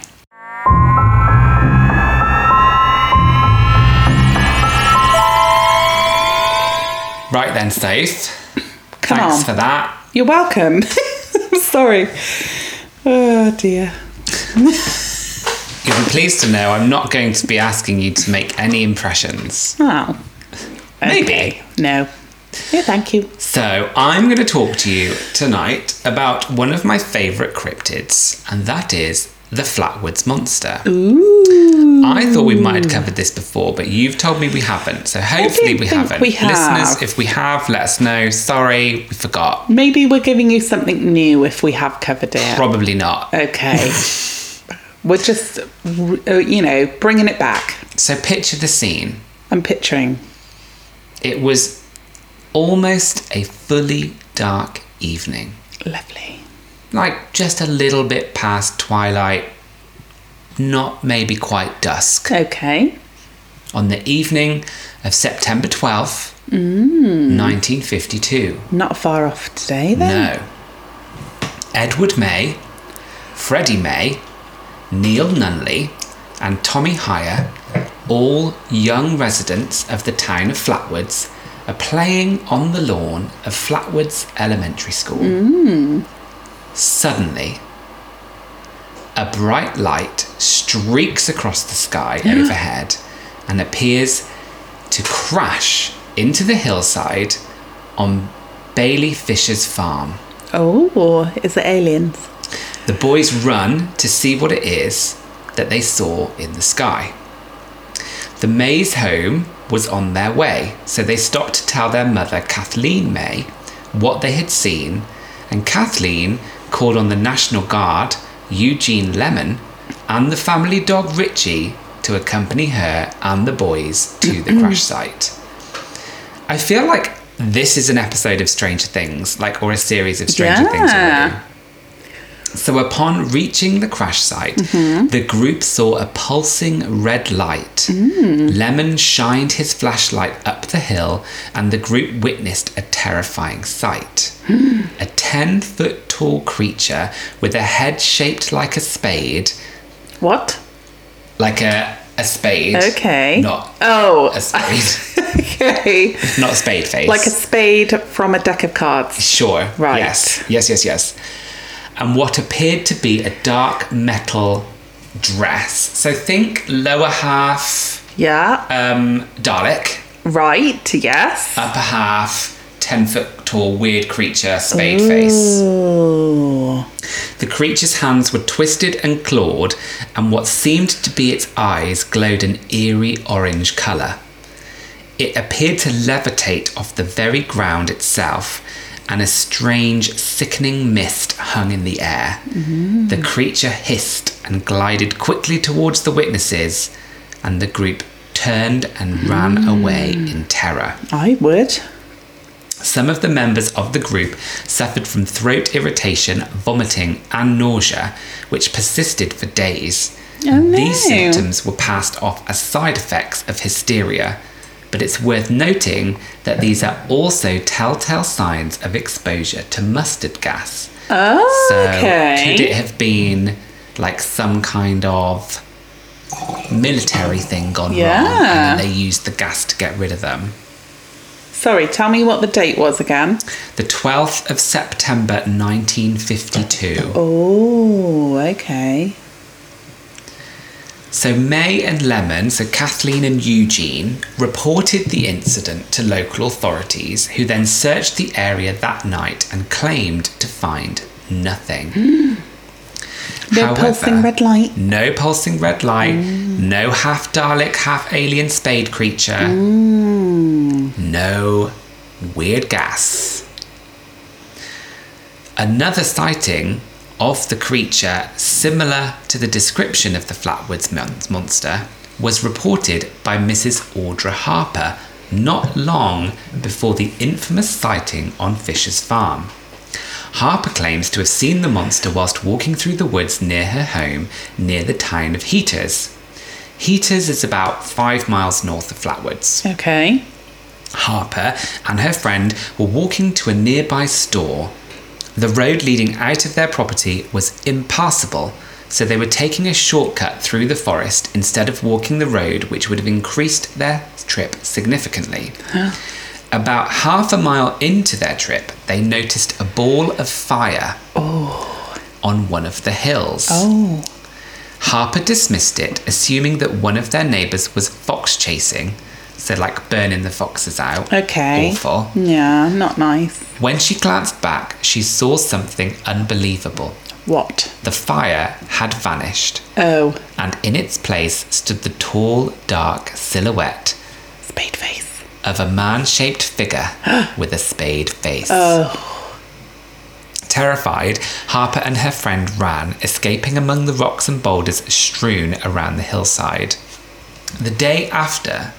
[SPEAKER 1] Right then, Stace.
[SPEAKER 2] Come
[SPEAKER 1] Thanks
[SPEAKER 2] on.
[SPEAKER 1] for that.
[SPEAKER 2] You're welcome. I'm sorry. Oh dear.
[SPEAKER 1] You'll be pleased to know I'm not going to be asking you to make any impressions.
[SPEAKER 2] Oh.
[SPEAKER 1] Maybe.
[SPEAKER 2] No. No, thank you.
[SPEAKER 1] So, I'm going to talk to you tonight about one of my favourite cryptids, and that is the Flatwoods Monster.
[SPEAKER 2] Ooh.
[SPEAKER 1] I thought we might have covered this before, but you've told me we haven't. So hopefully
[SPEAKER 2] don't
[SPEAKER 1] we
[SPEAKER 2] think
[SPEAKER 1] haven't.
[SPEAKER 2] we have.
[SPEAKER 1] Listeners, if we have, let us know. Sorry, we forgot.
[SPEAKER 2] Maybe we're giving you something new if we have covered it.
[SPEAKER 1] Probably not.
[SPEAKER 2] Okay. We're just, uh, you know, bringing it back.
[SPEAKER 1] So picture the scene.
[SPEAKER 2] I'm picturing.
[SPEAKER 1] It was almost a fully dark evening,
[SPEAKER 2] Lovely.
[SPEAKER 1] like just a little bit past twilight, not maybe quite dusk.
[SPEAKER 2] Okay.
[SPEAKER 1] On the evening of September 12th, 1952.
[SPEAKER 2] Not far off today, then.
[SPEAKER 1] No. Edward May, Freddie May, Neil Nunley, and Tommy Hire, all young residents of the town of Flatwoods, are playing on the lawn of Flatwoods Elementary School. Suddenly, a bright light streaks across the sky overhead and appears to crash into the hillside on Bailey Fisher's farm.
[SPEAKER 2] Oh, is it aliens?
[SPEAKER 1] The boys run to see what it is that they saw in the sky. The Mays home was on their way, so they stopped to tell their mother, Kathleen May, what they had seen, and Kathleen called on the National Guard, Eugene Lemon, and the family dog Richie to accompany her and the boys to the crash site. I feel like this is an episode of Stranger Things, like, or a series of Stranger Things
[SPEAKER 2] Yeah.
[SPEAKER 1] already. So, upon reaching the crash site,
[SPEAKER 2] Mm-hmm.
[SPEAKER 1] the group saw a pulsing red light.
[SPEAKER 2] Mm.
[SPEAKER 1] Lemon shined his flashlight up the hill, and the group witnessed a terrifying sight. a 10 foot tall creature with a head shaped like a spade,
[SPEAKER 2] What?
[SPEAKER 1] like a, a spade.
[SPEAKER 2] Okay.
[SPEAKER 1] Not
[SPEAKER 2] Oh.
[SPEAKER 1] a spade.
[SPEAKER 2] okay.
[SPEAKER 1] not spade face.
[SPEAKER 2] Like a spade from a deck of cards.
[SPEAKER 1] Sure.
[SPEAKER 2] Right.
[SPEAKER 1] Yes. Yes, yes, yes. And what appeared to be a dark metal dress. So think lower half
[SPEAKER 2] Yeah.
[SPEAKER 1] um, Dalek,
[SPEAKER 2] Right. Yes.
[SPEAKER 1] upper half 10 foot tall weird creature, spade face.
[SPEAKER 2] Oh.
[SPEAKER 1] The creature's hands were twisted and clawed, and what seemed to be its eyes glowed an eerie orange colour. It appeared to levitate off the very ground itself, and a strange, sickening mist hung in the air. The creature hissed and glided quickly towards the witnesses, and the group turned and ran away in terror.
[SPEAKER 2] I would.
[SPEAKER 1] Some of the members of the group suffered from throat irritation, vomiting, and nausea, which persisted for days.
[SPEAKER 2] Oh, no.
[SPEAKER 1] These symptoms were passed off as side effects of hysteria, but it's worth noting that these are also telltale signs of exposure to mustard gas.
[SPEAKER 2] Oh,
[SPEAKER 1] So,
[SPEAKER 2] okay.
[SPEAKER 1] could it have been like some kind of military thing gone wrong,
[SPEAKER 2] Yeah.
[SPEAKER 1] and then they used the gas to get rid of them?
[SPEAKER 2] Sorry, tell me what the date was again.
[SPEAKER 1] the 12th of September 1952.
[SPEAKER 2] Oh, okay.
[SPEAKER 1] So, May and Lemon, so Kathleen and Eugene, reported the incident to local authorities, who then searched the area that night and claimed to find nothing.
[SPEAKER 2] No pulsing red Mm. light.
[SPEAKER 1] No pulsing red light. No half Dalek, half alien spade creature.
[SPEAKER 2] Mm.
[SPEAKER 1] No weird gas. Another sighting of the creature, similar to the description of the Flatwoods mon- monster, was reported by Mrs. Audra Harper not long before the infamous sighting on Fisher's farm. Harper claims to have seen the monster whilst walking through the woods near her home, near the town of Heaters. Heaters is about five miles north of Flatwoods.
[SPEAKER 2] Okay.
[SPEAKER 1] Harper and her friend were walking to a nearby store. The road leading out of their property was impassable, so they were taking a shortcut through the forest instead of walking the road, which would have increased their trip significantly. About half a mile into their trip, they noticed a ball of fire on one of the hills.
[SPEAKER 2] Oh.
[SPEAKER 1] Harper dismissed it, assuming that one of their neighbours was fox chasing, so like burning the foxes out.
[SPEAKER 2] Okay.
[SPEAKER 1] Awful.
[SPEAKER 2] Yeah, not nice.
[SPEAKER 1] When she glanced back, she saw something unbelievable.
[SPEAKER 2] What?
[SPEAKER 1] The fire had vanished,
[SPEAKER 2] Oh,
[SPEAKER 1] and in its place stood the tall, dark silhouette
[SPEAKER 2] spade face.
[SPEAKER 1] of a man shaped figure with a spade face.
[SPEAKER 2] Oh,
[SPEAKER 1] Terrified, Harper and her friend ran, escaping among the rocks and boulders strewn around the hillside. The day after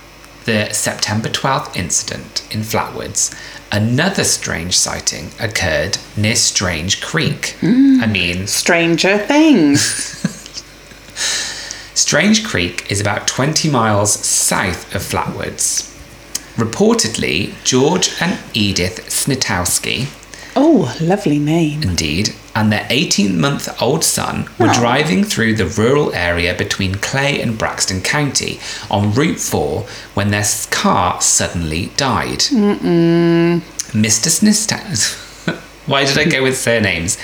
[SPEAKER 1] the September 12th incident in Flatwoods, another strange sighting occurred near Strange Creek. I mean,
[SPEAKER 2] Stranger Things.
[SPEAKER 1] Strange Creek is about 20 miles south of Flatwoods. Reportedly, George and Edith Snitowski,
[SPEAKER 2] Oh, lovely name.
[SPEAKER 1] Indeed, and their 18 month old son were
[SPEAKER 2] Aw.
[SPEAKER 1] driving through the rural area between Clay and Braxton County on Route 4 when their s- car suddenly died. Mr. Snitowski. Why did I go with surnames?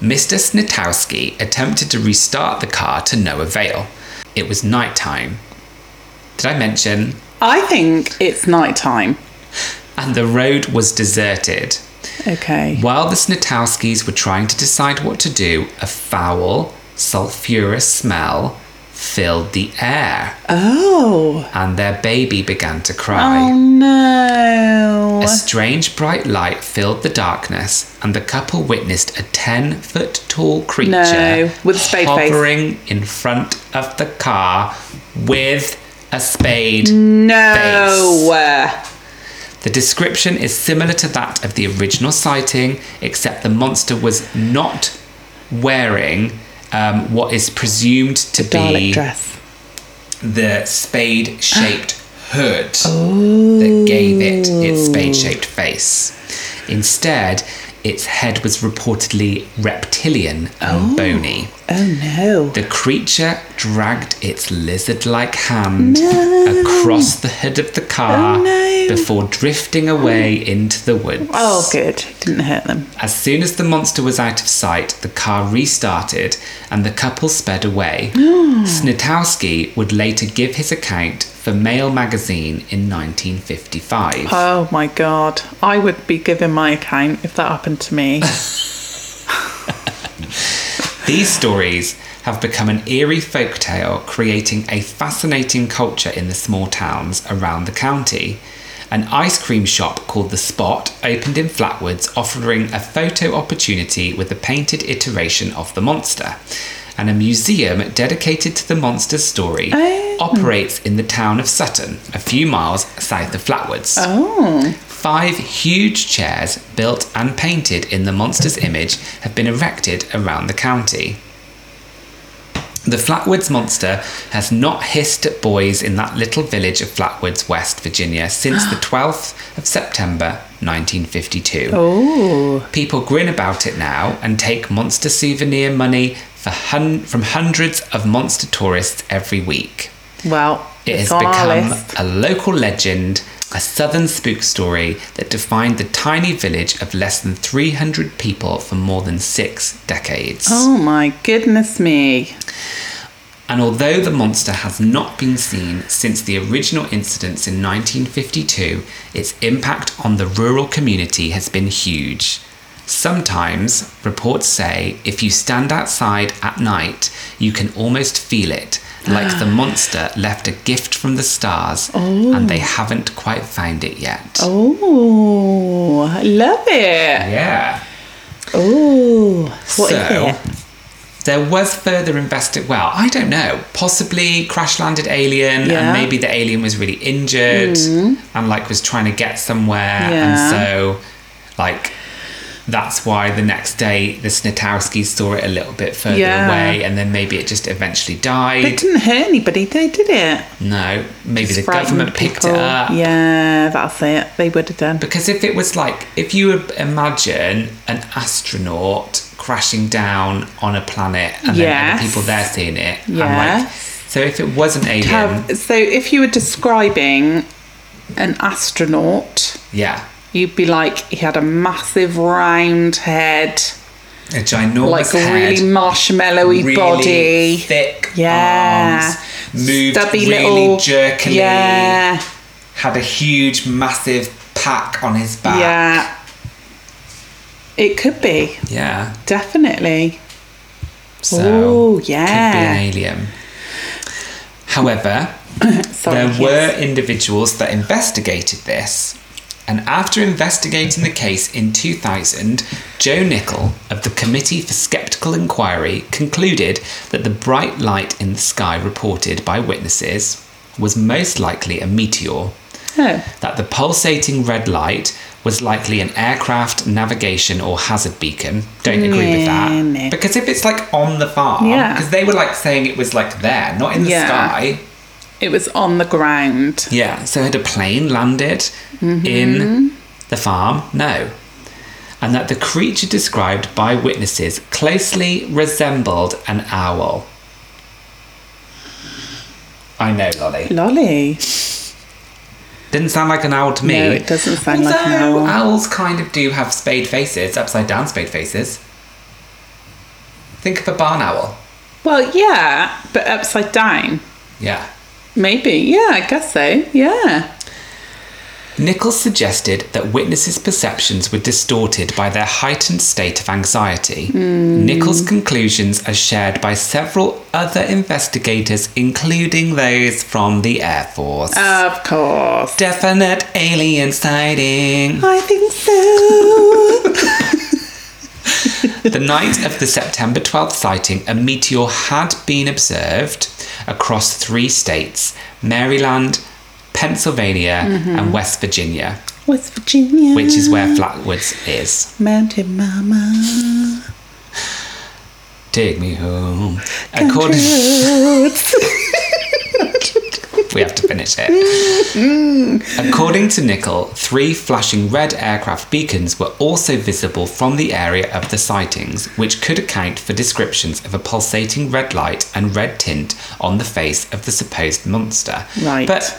[SPEAKER 1] Mr. Snitowski attempted to restart the car to no avail. It was night time. Did I mention?
[SPEAKER 2] I think it's night time.
[SPEAKER 1] And the road was deserted.
[SPEAKER 2] Okay.
[SPEAKER 1] While the Snatowskis were trying to decide what to do, a foul, sulphurous smell filled the air,
[SPEAKER 2] Oh.
[SPEAKER 1] and their baby began to cry.
[SPEAKER 2] Oh no.
[SPEAKER 1] A strange bright light filled the darkness, and the couple witnessed a 10 foot tall creature
[SPEAKER 2] No, with a spade face.
[SPEAKER 1] hovering in front of the car with a spade.
[SPEAKER 2] No.
[SPEAKER 1] The description is similar to that of the original sighting, except the monster was not wearing um, what is presumed to
[SPEAKER 2] Dalek
[SPEAKER 1] be
[SPEAKER 2] dress.
[SPEAKER 1] the spade shaped hood that gave it its spade shaped face. Instead, its head was reportedly reptilian and bony.
[SPEAKER 2] Oh no.
[SPEAKER 1] The creature dragged its lizard like hand across the hood of the car
[SPEAKER 2] Oh, no.
[SPEAKER 1] before drifting away into the woods.
[SPEAKER 2] Oh, good. Didn't hurt them.
[SPEAKER 1] As soon as the monster was out of sight, the car restarted and the couple sped away. Snitowski would later give his account for Mail magazine in 1955.
[SPEAKER 2] Oh my god. I would be giving my account if that happened to me.
[SPEAKER 1] These stories have become an eerie folktale, creating a fascinating culture in the small towns around the county. An ice cream shop called The Spot opened in Flatwoods, offering a photo opportunity with a painted iteration of the monster. And a museum dedicated to the monster's story
[SPEAKER 2] Oh.
[SPEAKER 1] operates in the town of Sutton, a few miles south of Flatwoods.
[SPEAKER 2] oh.
[SPEAKER 1] Five huge chairs, built and painted in the monster's image, have been erected around the county. The Flatwoods monster has not hissed at boys in that little village of Flatwoods, West Virginia, since the 12th of September 1952.
[SPEAKER 2] Oh.
[SPEAKER 1] People grin about it now and take monster souvenir money for hun- from hundreds of monster tourists every week.
[SPEAKER 2] Well,
[SPEAKER 1] It
[SPEAKER 2] it's
[SPEAKER 1] has
[SPEAKER 2] on our
[SPEAKER 1] become
[SPEAKER 2] list.
[SPEAKER 1] a local legend, a southern spook story that defined the tiny village of less than 300 people for more than six decades.
[SPEAKER 2] Oh my goodness me.
[SPEAKER 1] And although the monster has not been seen since the original incidents in 1952, its impact on the rural community has been huge. Sometimes, reports say, if you stand outside at night, you can almost feel it, like the monster left a gift from the stars and they haven't quite found it yet.
[SPEAKER 2] Oh, I love it.
[SPEAKER 1] Yeah.
[SPEAKER 2] Oh, what is
[SPEAKER 1] so,
[SPEAKER 2] it?
[SPEAKER 1] There was further investi Well, I don't know. Possibly crash landed alien,
[SPEAKER 2] Yeah. Mm-hmm.
[SPEAKER 1] and maybe the alien was really injured and like was trying to get somewhere,
[SPEAKER 2] Yeah.
[SPEAKER 1] and so like that's why the next day the Snitowskis saw it a little bit further
[SPEAKER 2] Yeah.
[SPEAKER 1] away, and then maybe it just eventually
[SPEAKER 2] It
[SPEAKER 1] died.
[SPEAKER 2] didn't hurt anybody, though, did it?
[SPEAKER 1] No, maybe
[SPEAKER 2] Just
[SPEAKER 1] the government
[SPEAKER 2] frightened
[SPEAKER 1] picked
[SPEAKER 2] people.
[SPEAKER 1] it up.
[SPEAKER 2] Yeah, that's it. They would have done.
[SPEAKER 1] Because if it was like, if you would imagine an astronaut crashing down on a planet and then
[SPEAKER 2] Yes.
[SPEAKER 1] other people there seeing it, I'm like,
[SPEAKER 2] Yes.
[SPEAKER 1] so if it was an alien,
[SPEAKER 2] Have, so, if you were describing an astronaut,
[SPEAKER 1] yeah,
[SPEAKER 2] you'd be like, he had a massive round head,
[SPEAKER 1] a ginormous
[SPEAKER 2] like a
[SPEAKER 1] head,
[SPEAKER 2] really marshmallowy
[SPEAKER 1] really
[SPEAKER 2] body.
[SPEAKER 1] thick
[SPEAKER 2] Yeah.
[SPEAKER 1] arms, moved
[SPEAKER 2] Stubby
[SPEAKER 1] really
[SPEAKER 2] little-
[SPEAKER 1] jerkily,
[SPEAKER 2] Yeah.
[SPEAKER 1] had a huge, massive pack on his back.
[SPEAKER 2] Yeah. It could be,
[SPEAKER 1] Yeah.
[SPEAKER 2] definitely.
[SPEAKER 1] So
[SPEAKER 2] Ooh,
[SPEAKER 1] could be
[SPEAKER 2] yeah.
[SPEAKER 1] an alien. However,
[SPEAKER 2] Sorry.
[SPEAKER 1] there
[SPEAKER 2] yes.
[SPEAKER 1] were individuals that investigated this. And after investigating the case in 2000, Joe Nickel of the Committee for Skeptical Inquiry concluded that the bright light in the sky reported by witnesses was most likely a meteor,
[SPEAKER 2] Oh.
[SPEAKER 1] that the pulsating red light was likely an aircraft navigation or hazard beacon. Don't agree with
[SPEAKER 2] Yeah,
[SPEAKER 1] that.
[SPEAKER 2] no.
[SPEAKER 1] Because if it's like on the farm,
[SPEAKER 2] Yeah.
[SPEAKER 1] because they were like saying it was like there, not in the
[SPEAKER 2] Yeah.
[SPEAKER 1] sky.
[SPEAKER 2] It was on the ground.
[SPEAKER 1] Yeah, so had a plane landed
[SPEAKER 2] Mm-hmm.
[SPEAKER 1] in the farm? No. And that the creature described by witnesses closely resembled an owl. I know, Lolly.
[SPEAKER 2] Lolly.
[SPEAKER 1] Didn't sound like an owl to me.
[SPEAKER 2] No, it doesn't sound like an
[SPEAKER 1] Although
[SPEAKER 2] owl.
[SPEAKER 1] Owls kind of do have spade faces, upside down spade faces. Think of a barn owl.
[SPEAKER 2] Well, yeah, but upside down.
[SPEAKER 1] Yeah.
[SPEAKER 2] Maybe. Yeah, I guess so. Yeah.
[SPEAKER 1] Nichols suggested that witnesses' perceptions were distorted by their heightened state of anxiety. Nichols' conclusions are shared by several other investigators, including those from the Air Force.
[SPEAKER 2] Of course.
[SPEAKER 1] Definite alien sighting.
[SPEAKER 2] I think so.
[SPEAKER 1] the night of the September 12th sighting, a meteor had been observed across three states Maryland, Pennsylvania, and West Virginia,
[SPEAKER 2] West Virginia.
[SPEAKER 1] which is where Flatwoods is.
[SPEAKER 2] Mountain Mama.
[SPEAKER 1] Take me home.
[SPEAKER 2] Country
[SPEAKER 1] According,
[SPEAKER 2] roads.
[SPEAKER 1] we have to finish it. According to Nickel, three flashing red aircraft beacons were also visible from the area of the sightings, which could account for descriptions of a pulsating red light and red tint on the face of the supposed monster.
[SPEAKER 2] Right.
[SPEAKER 1] But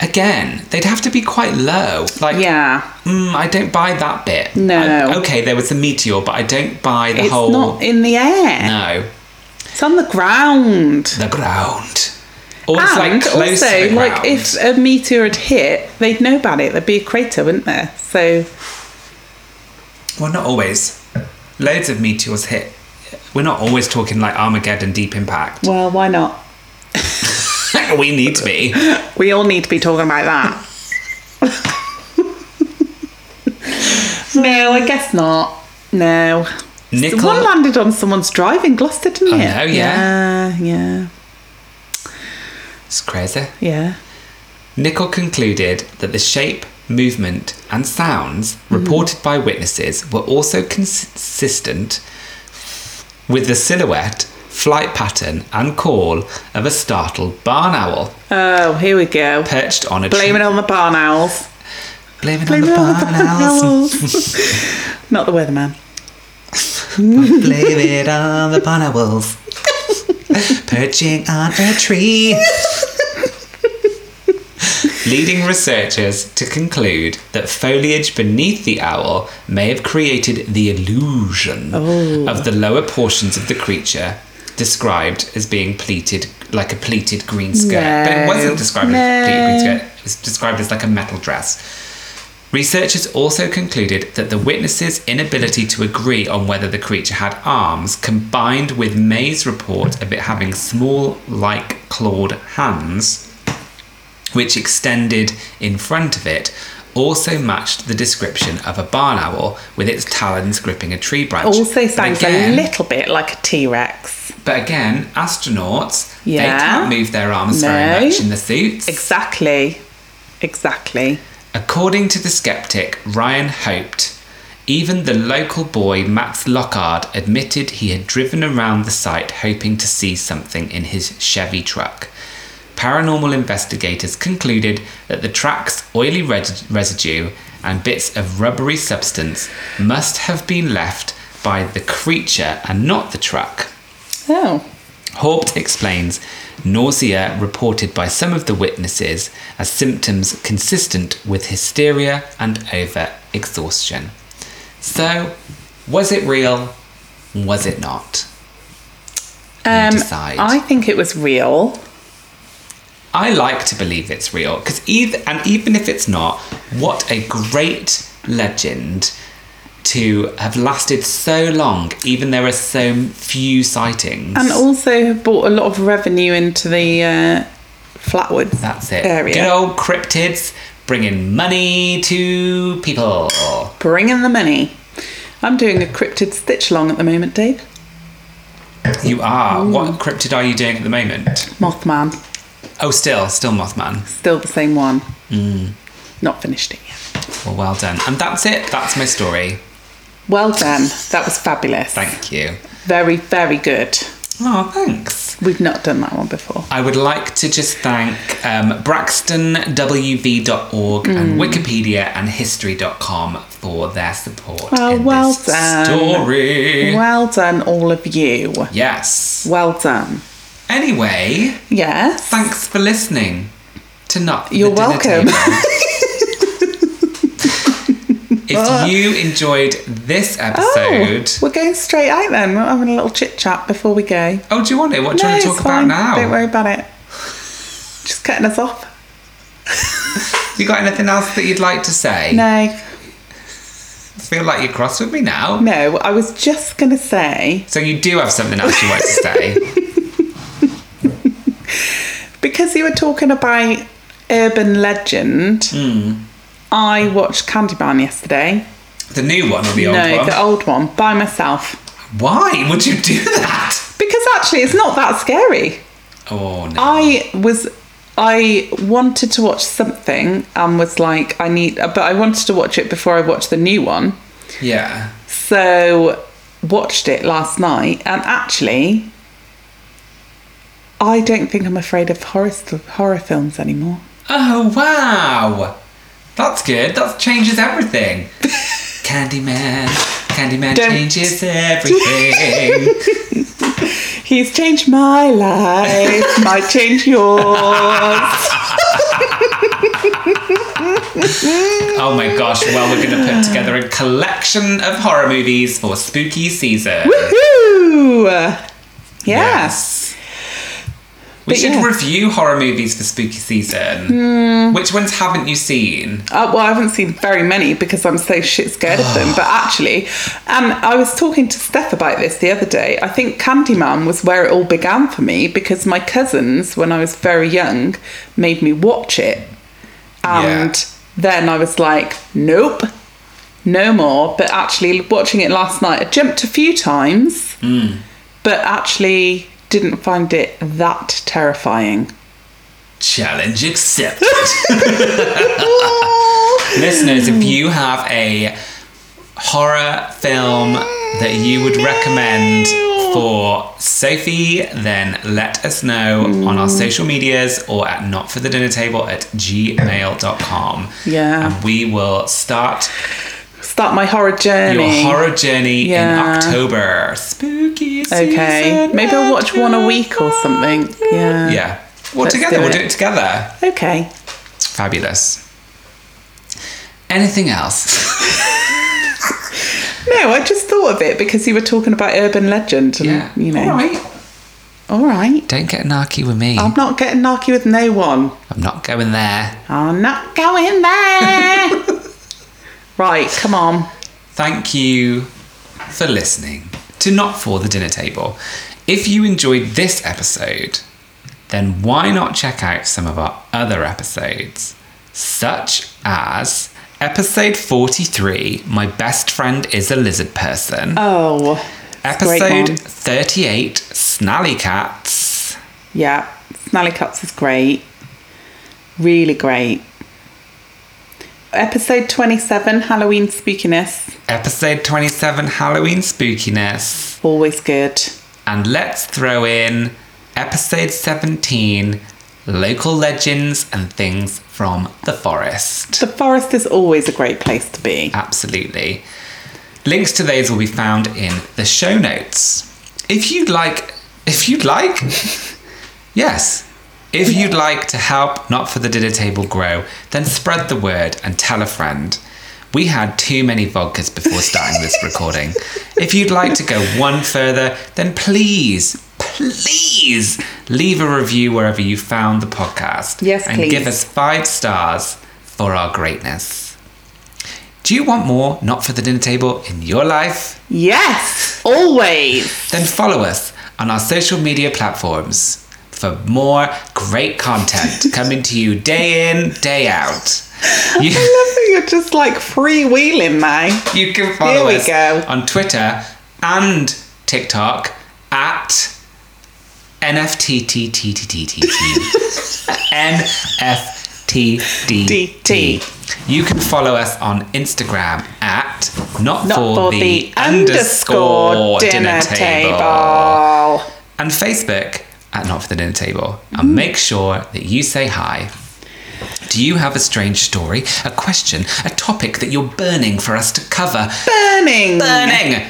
[SPEAKER 1] again, they'd have to be quite low. Like,
[SPEAKER 2] yeah.
[SPEAKER 1] mm, I don't buy that bit.
[SPEAKER 2] No.
[SPEAKER 1] I- okay, there was a meteor, but I don't buy the
[SPEAKER 2] It's
[SPEAKER 1] whole.
[SPEAKER 2] not in the air.
[SPEAKER 1] no.
[SPEAKER 2] It's on the ground.
[SPEAKER 1] the ground. Or it's
[SPEAKER 2] and
[SPEAKER 1] like close
[SPEAKER 2] also,
[SPEAKER 1] to the ground.
[SPEAKER 2] like, if a meteor had hit, they'd know about it. There'd be a crater, wouldn't there? So,
[SPEAKER 1] well, not always. Loads of meteors hit. We're not always talking like Armageddon, Deep Impact.
[SPEAKER 2] well, why not?
[SPEAKER 1] we need to be.
[SPEAKER 2] We all need to be talking about that. no, I guess not. No.
[SPEAKER 1] Nickel-
[SPEAKER 2] One landed on someone's drive in Gloucester, didn't
[SPEAKER 1] I
[SPEAKER 2] it?
[SPEAKER 1] know, yeah.
[SPEAKER 2] Yeah, yeah,
[SPEAKER 1] It's crazy.
[SPEAKER 2] yeah.
[SPEAKER 1] Nickel concluded that the shape, movement, and sounds reported by witnesses were also consistent with the silhouette, flight pattern, and call of a startled barn owl
[SPEAKER 2] Oh, here we go.
[SPEAKER 1] perched on a
[SPEAKER 2] Blame it
[SPEAKER 1] tree.
[SPEAKER 2] on the barn owls.
[SPEAKER 1] Blame it on
[SPEAKER 2] Blame
[SPEAKER 1] the
[SPEAKER 2] it on
[SPEAKER 1] barn,
[SPEAKER 2] the barn
[SPEAKER 1] owls.
[SPEAKER 2] owls. not the weatherman.
[SPEAKER 1] Blame it on the barn owls. Perching on a tree. Leading researchers to conclude that foliage beneath the owl may have created the illusion
[SPEAKER 2] Oh.
[SPEAKER 1] of the lower portions of the creature, described as being pleated like a pleated green skirt. But it
[SPEAKER 2] No.
[SPEAKER 1] wasn't described as a pleated
[SPEAKER 2] No.
[SPEAKER 1] green skirt, it was described as like a metal dress. Researchers also concluded that the witness's inability to agree on whether the creature had arms, combined with May's report of it having small, like clawed hands, which extended in front of it, also matched the description of a barn owl with its talons gripping a tree branch.
[SPEAKER 2] Also
[SPEAKER 1] But
[SPEAKER 2] sounds
[SPEAKER 1] again-
[SPEAKER 2] a little bit like a T Rex.
[SPEAKER 1] But again, astronauts, they
[SPEAKER 2] Yeah.
[SPEAKER 1] can't move their arms
[SPEAKER 2] No.
[SPEAKER 1] very much in the suits.
[SPEAKER 2] Exactly. Exactly.
[SPEAKER 1] According to the skeptic Ryan Hoped, even the local boy Max Lockhart admitted he had driven around the site hoping to see something in his Chevy truck. Paranormal investigators concluded that the truck's oily res- residue and bits of rubbery substance must have been left by the creature and not the truck.
[SPEAKER 2] Oh.
[SPEAKER 1] Haupt explains nausea reported by some of the witnesses as symptoms consistent with hysteria and over exhaustion. So, was it real? Was it not?
[SPEAKER 2] Um,
[SPEAKER 1] decide.
[SPEAKER 2] I think it was real.
[SPEAKER 1] I like to believe it's real because either, and even if it's not, what a great legend to have lasted so long, even there are so few sightings.
[SPEAKER 2] And also brought a lot of revenue into the uh, Flatwoods
[SPEAKER 1] That's it.
[SPEAKER 2] area.
[SPEAKER 1] Good old cryptids bringing money to people.
[SPEAKER 2] Bring in the money. I'm doing a cryptid stitch along at the moment, Dave.
[SPEAKER 1] You are. What cryptid are you doing at the moment?
[SPEAKER 2] Mothman,
[SPEAKER 1] Oh, still, still Mothman.
[SPEAKER 2] still the same one.
[SPEAKER 1] Mm.
[SPEAKER 2] Not finished it yet.
[SPEAKER 1] Well, well done. And that's it. That's my story.
[SPEAKER 2] Well done. That was fabulous.
[SPEAKER 1] Thank you.
[SPEAKER 2] Very, very good.
[SPEAKER 1] Oh, thanks.
[SPEAKER 2] We've not done that one before.
[SPEAKER 1] I would like to just thank um, braxtonwv.org and
[SPEAKER 2] Mm.
[SPEAKER 1] Wikipedia and history.com for their support.
[SPEAKER 2] Oh,
[SPEAKER 1] in
[SPEAKER 2] well
[SPEAKER 1] this
[SPEAKER 2] done.
[SPEAKER 1] Story.
[SPEAKER 2] Well done, all of you.
[SPEAKER 1] yes.
[SPEAKER 2] Well done.
[SPEAKER 1] Anyway.
[SPEAKER 2] Yes.
[SPEAKER 1] Thanks for listening to Not the
[SPEAKER 2] You're
[SPEAKER 1] Dinner
[SPEAKER 2] welcome.
[SPEAKER 1] Table.
[SPEAKER 2] Ah.
[SPEAKER 1] if you enjoyed this episode,
[SPEAKER 2] Oh, we're going straight out then. We're having a little chit chat before we go.
[SPEAKER 1] oh, do you want it? What do you want to
[SPEAKER 2] No,
[SPEAKER 1] talk
[SPEAKER 2] it's fine.
[SPEAKER 1] about now?
[SPEAKER 2] Don't worry about it. Just cutting us off.
[SPEAKER 1] You got anything else that you'd like to say?
[SPEAKER 2] No,
[SPEAKER 1] I feel like you're cross with me now.
[SPEAKER 2] no. I was just gonna say
[SPEAKER 1] So you do have something else you want to say?
[SPEAKER 2] because you were talking about urban legend.
[SPEAKER 1] Hmm.
[SPEAKER 2] I watched Candyman yesterday.
[SPEAKER 1] The new one or the old
[SPEAKER 2] no,
[SPEAKER 1] one?
[SPEAKER 2] the old one by myself
[SPEAKER 1] Why would you do that?
[SPEAKER 2] because actually it's not that scary.
[SPEAKER 1] Oh no.
[SPEAKER 2] I was I wanted to watch something and was like I need but I wanted to watch it before I watched the new one.
[SPEAKER 1] yeah.
[SPEAKER 2] So watched it last night and actually I don't think I'm afraid of horror st- horror films anymore.
[SPEAKER 1] Oh wow. That's good. That changes everything. Candyman. Candyman
[SPEAKER 2] Don't-
[SPEAKER 1] changes everything.
[SPEAKER 2] He's changed my life, might change yours.
[SPEAKER 1] Oh my gosh, well, we're going to put together a collection of horror movies for spooky season.
[SPEAKER 2] Woo! Yes.
[SPEAKER 1] We
[SPEAKER 2] But
[SPEAKER 1] should
[SPEAKER 2] yeah. Hmm.
[SPEAKER 1] review horror movies for spooky season. Which ones haven't you seen?
[SPEAKER 2] Uh, well, I haven't seen very many because I'm so shit scared of them. But actually, and I was talking to Steph about this the other day. I think Candyman was where it all began for me because my cousins, when I was very young, made me watch it. And then I was like, nope, no more. But actually, watching it last night, I jumped a few times,
[SPEAKER 1] Mm.
[SPEAKER 2] but actually didn't find it that terrifying.
[SPEAKER 1] Challenge accepted. Listeners,
[SPEAKER 2] Mm.
[SPEAKER 1] if you have a horror film that you would recommend for Sophie, then let us know on
[SPEAKER 2] Mm.
[SPEAKER 1] our social medias or at notforthedinnertable at gmail.com.
[SPEAKER 2] Yeah.
[SPEAKER 1] And we will start
[SPEAKER 2] Start my horror journey.
[SPEAKER 1] your horror journey
[SPEAKER 2] Yeah.
[SPEAKER 1] in October. Spooky season.
[SPEAKER 2] Okay. Maybe I'll watch one a week or something. Yeah.
[SPEAKER 1] Yeah. Well,
[SPEAKER 2] Let's
[SPEAKER 1] together.
[SPEAKER 2] do
[SPEAKER 1] we'll
[SPEAKER 2] it.
[SPEAKER 1] do it together.
[SPEAKER 2] Okay.
[SPEAKER 1] Fabulous. Anything else?
[SPEAKER 2] No, I just thought of it because you were talking about urban legend and
[SPEAKER 1] yeah.
[SPEAKER 2] you know.
[SPEAKER 1] All right.
[SPEAKER 2] All right.
[SPEAKER 1] Don't get narky with me.
[SPEAKER 2] I'm not getting narky with no one.
[SPEAKER 1] I'm not going there.
[SPEAKER 2] I'm not going there. Right, come on.
[SPEAKER 1] Thank you for listening to Not For the Dinner Table. If you enjoyed this episode, then why not check out some of our other episodes, such as episode 43 My Best Friend is a Lizard Person,
[SPEAKER 2] Oh. it's a great one.
[SPEAKER 1] episode 38 Snally Cats,
[SPEAKER 2] Yeah, Snally Cuts is great. Really great. Episode 27 Halloween Spookiness.
[SPEAKER 1] episode 27 Halloween Spookiness.
[SPEAKER 2] Always good.
[SPEAKER 1] And let's throw in episode 17 local legends and things from the forest.
[SPEAKER 2] The forest is always a great place to be.
[SPEAKER 1] Absolutely. Links to those will be found in the show notes. If you'd like, if you'd like, yes, if you'd like to help Not for the Dinner Table grow, then spread the word and tell a friend. We had too many vodkas before starting this recording. If you'd like to go one further, then please, please leave a review wherever you found the podcast.
[SPEAKER 2] Yes,
[SPEAKER 1] and
[SPEAKER 2] please.
[SPEAKER 1] give us five stars for our greatness. Do you want more Not for the Dinner Table in your life?
[SPEAKER 2] Yes, always.
[SPEAKER 1] Then follow us on our social media platforms for more great content coming to you day in, day out. You,
[SPEAKER 2] You're just like freewheeling now.
[SPEAKER 1] you can follow
[SPEAKER 2] Here we
[SPEAKER 1] us
[SPEAKER 2] go.
[SPEAKER 1] on Twitter and TikTok at NFTTTTTTT. NFTDT. You can follow us on Instagram at not,
[SPEAKER 2] Not
[SPEAKER 1] for, the, underscore dinner, table. and Facebook at not for the dinner table. And make sure that you say hi. Do you have a strange story, a question, a topic that you're burning for us to cover?
[SPEAKER 2] Burning.
[SPEAKER 1] burning.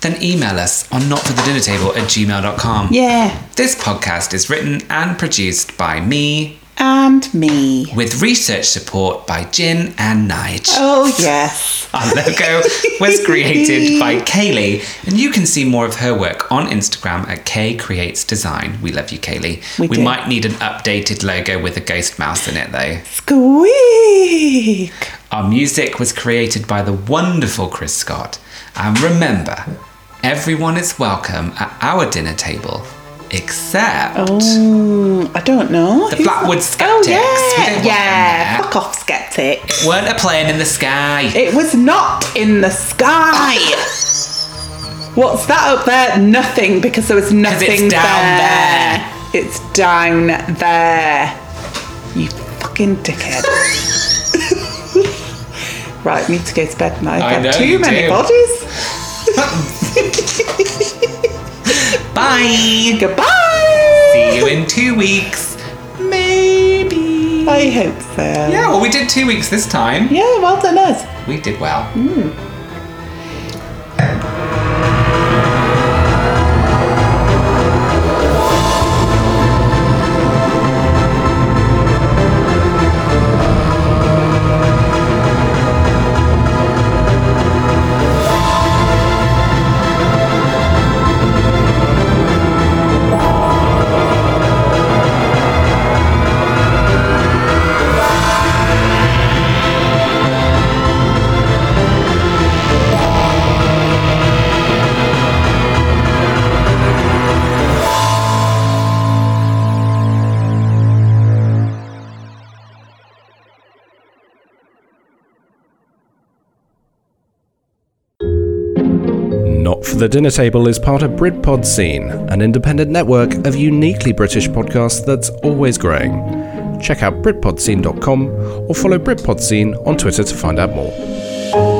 [SPEAKER 1] Then email us on notforthedinnertable at gmail.com.
[SPEAKER 2] Yeah,
[SPEAKER 1] This podcast is written and produced by me,
[SPEAKER 2] and me.
[SPEAKER 1] with research support by Jin and Nige.
[SPEAKER 2] Oh, yes.
[SPEAKER 1] Our logo was created by Kaylee, and you can see more of her work on Instagram at K Creates Design. We love you, Kaylee.
[SPEAKER 2] We
[SPEAKER 1] we
[SPEAKER 2] do.
[SPEAKER 1] might need an updated logo with a ghost mouse in it, though.
[SPEAKER 2] Squeak.
[SPEAKER 1] Our music was created by the wonderful Chris Scott. And remember, everyone is welcome at our dinner table, except
[SPEAKER 2] Mm, I don't know.
[SPEAKER 1] the
[SPEAKER 2] Who's
[SPEAKER 1] Flatwood
[SPEAKER 2] Oh
[SPEAKER 1] Skeptics. We don't want
[SPEAKER 2] yeah, yeah.
[SPEAKER 1] them
[SPEAKER 2] Fuck off, skeptic.
[SPEAKER 1] there. Weren't a plane in the sky.
[SPEAKER 2] It was not in the sky. What's that up there? Nothing, because there was nothing
[SPEAKER 1] down
[SPEAKER 2] there. It's down there. You fucking dickhead. right, need to go to bed now. I've
[SPEAKER 1] I
[SPEAKER 2] had
[SPEAKER 1] know
[SPEAKER 2] too
[SPEAKER 1] you
[SPEAKER 2] many
[SPEAKER 1] do.
[SPEAKER 2] bodies.
[SPEAKER 1] Bye.
[SPEAKER 2] Goodbye.
[SPEAKER 1] See you in two weeks, maybe.
[SPEAKER 2] I hope so. Yeah.
[SPEAKER 1] Yeah, well, we did two weeks this time.
[SPEAKER 2] Yeah. Well done, us.
[SPEAKER 1] We did well.
[SPEAKER 3] Not for the Dinner Table is part of Britpod Scene, an independent network of uniquely British podcasts that's always growing. Check out BritpodScene.com or follow Britpod Scene on Twitter to find out more.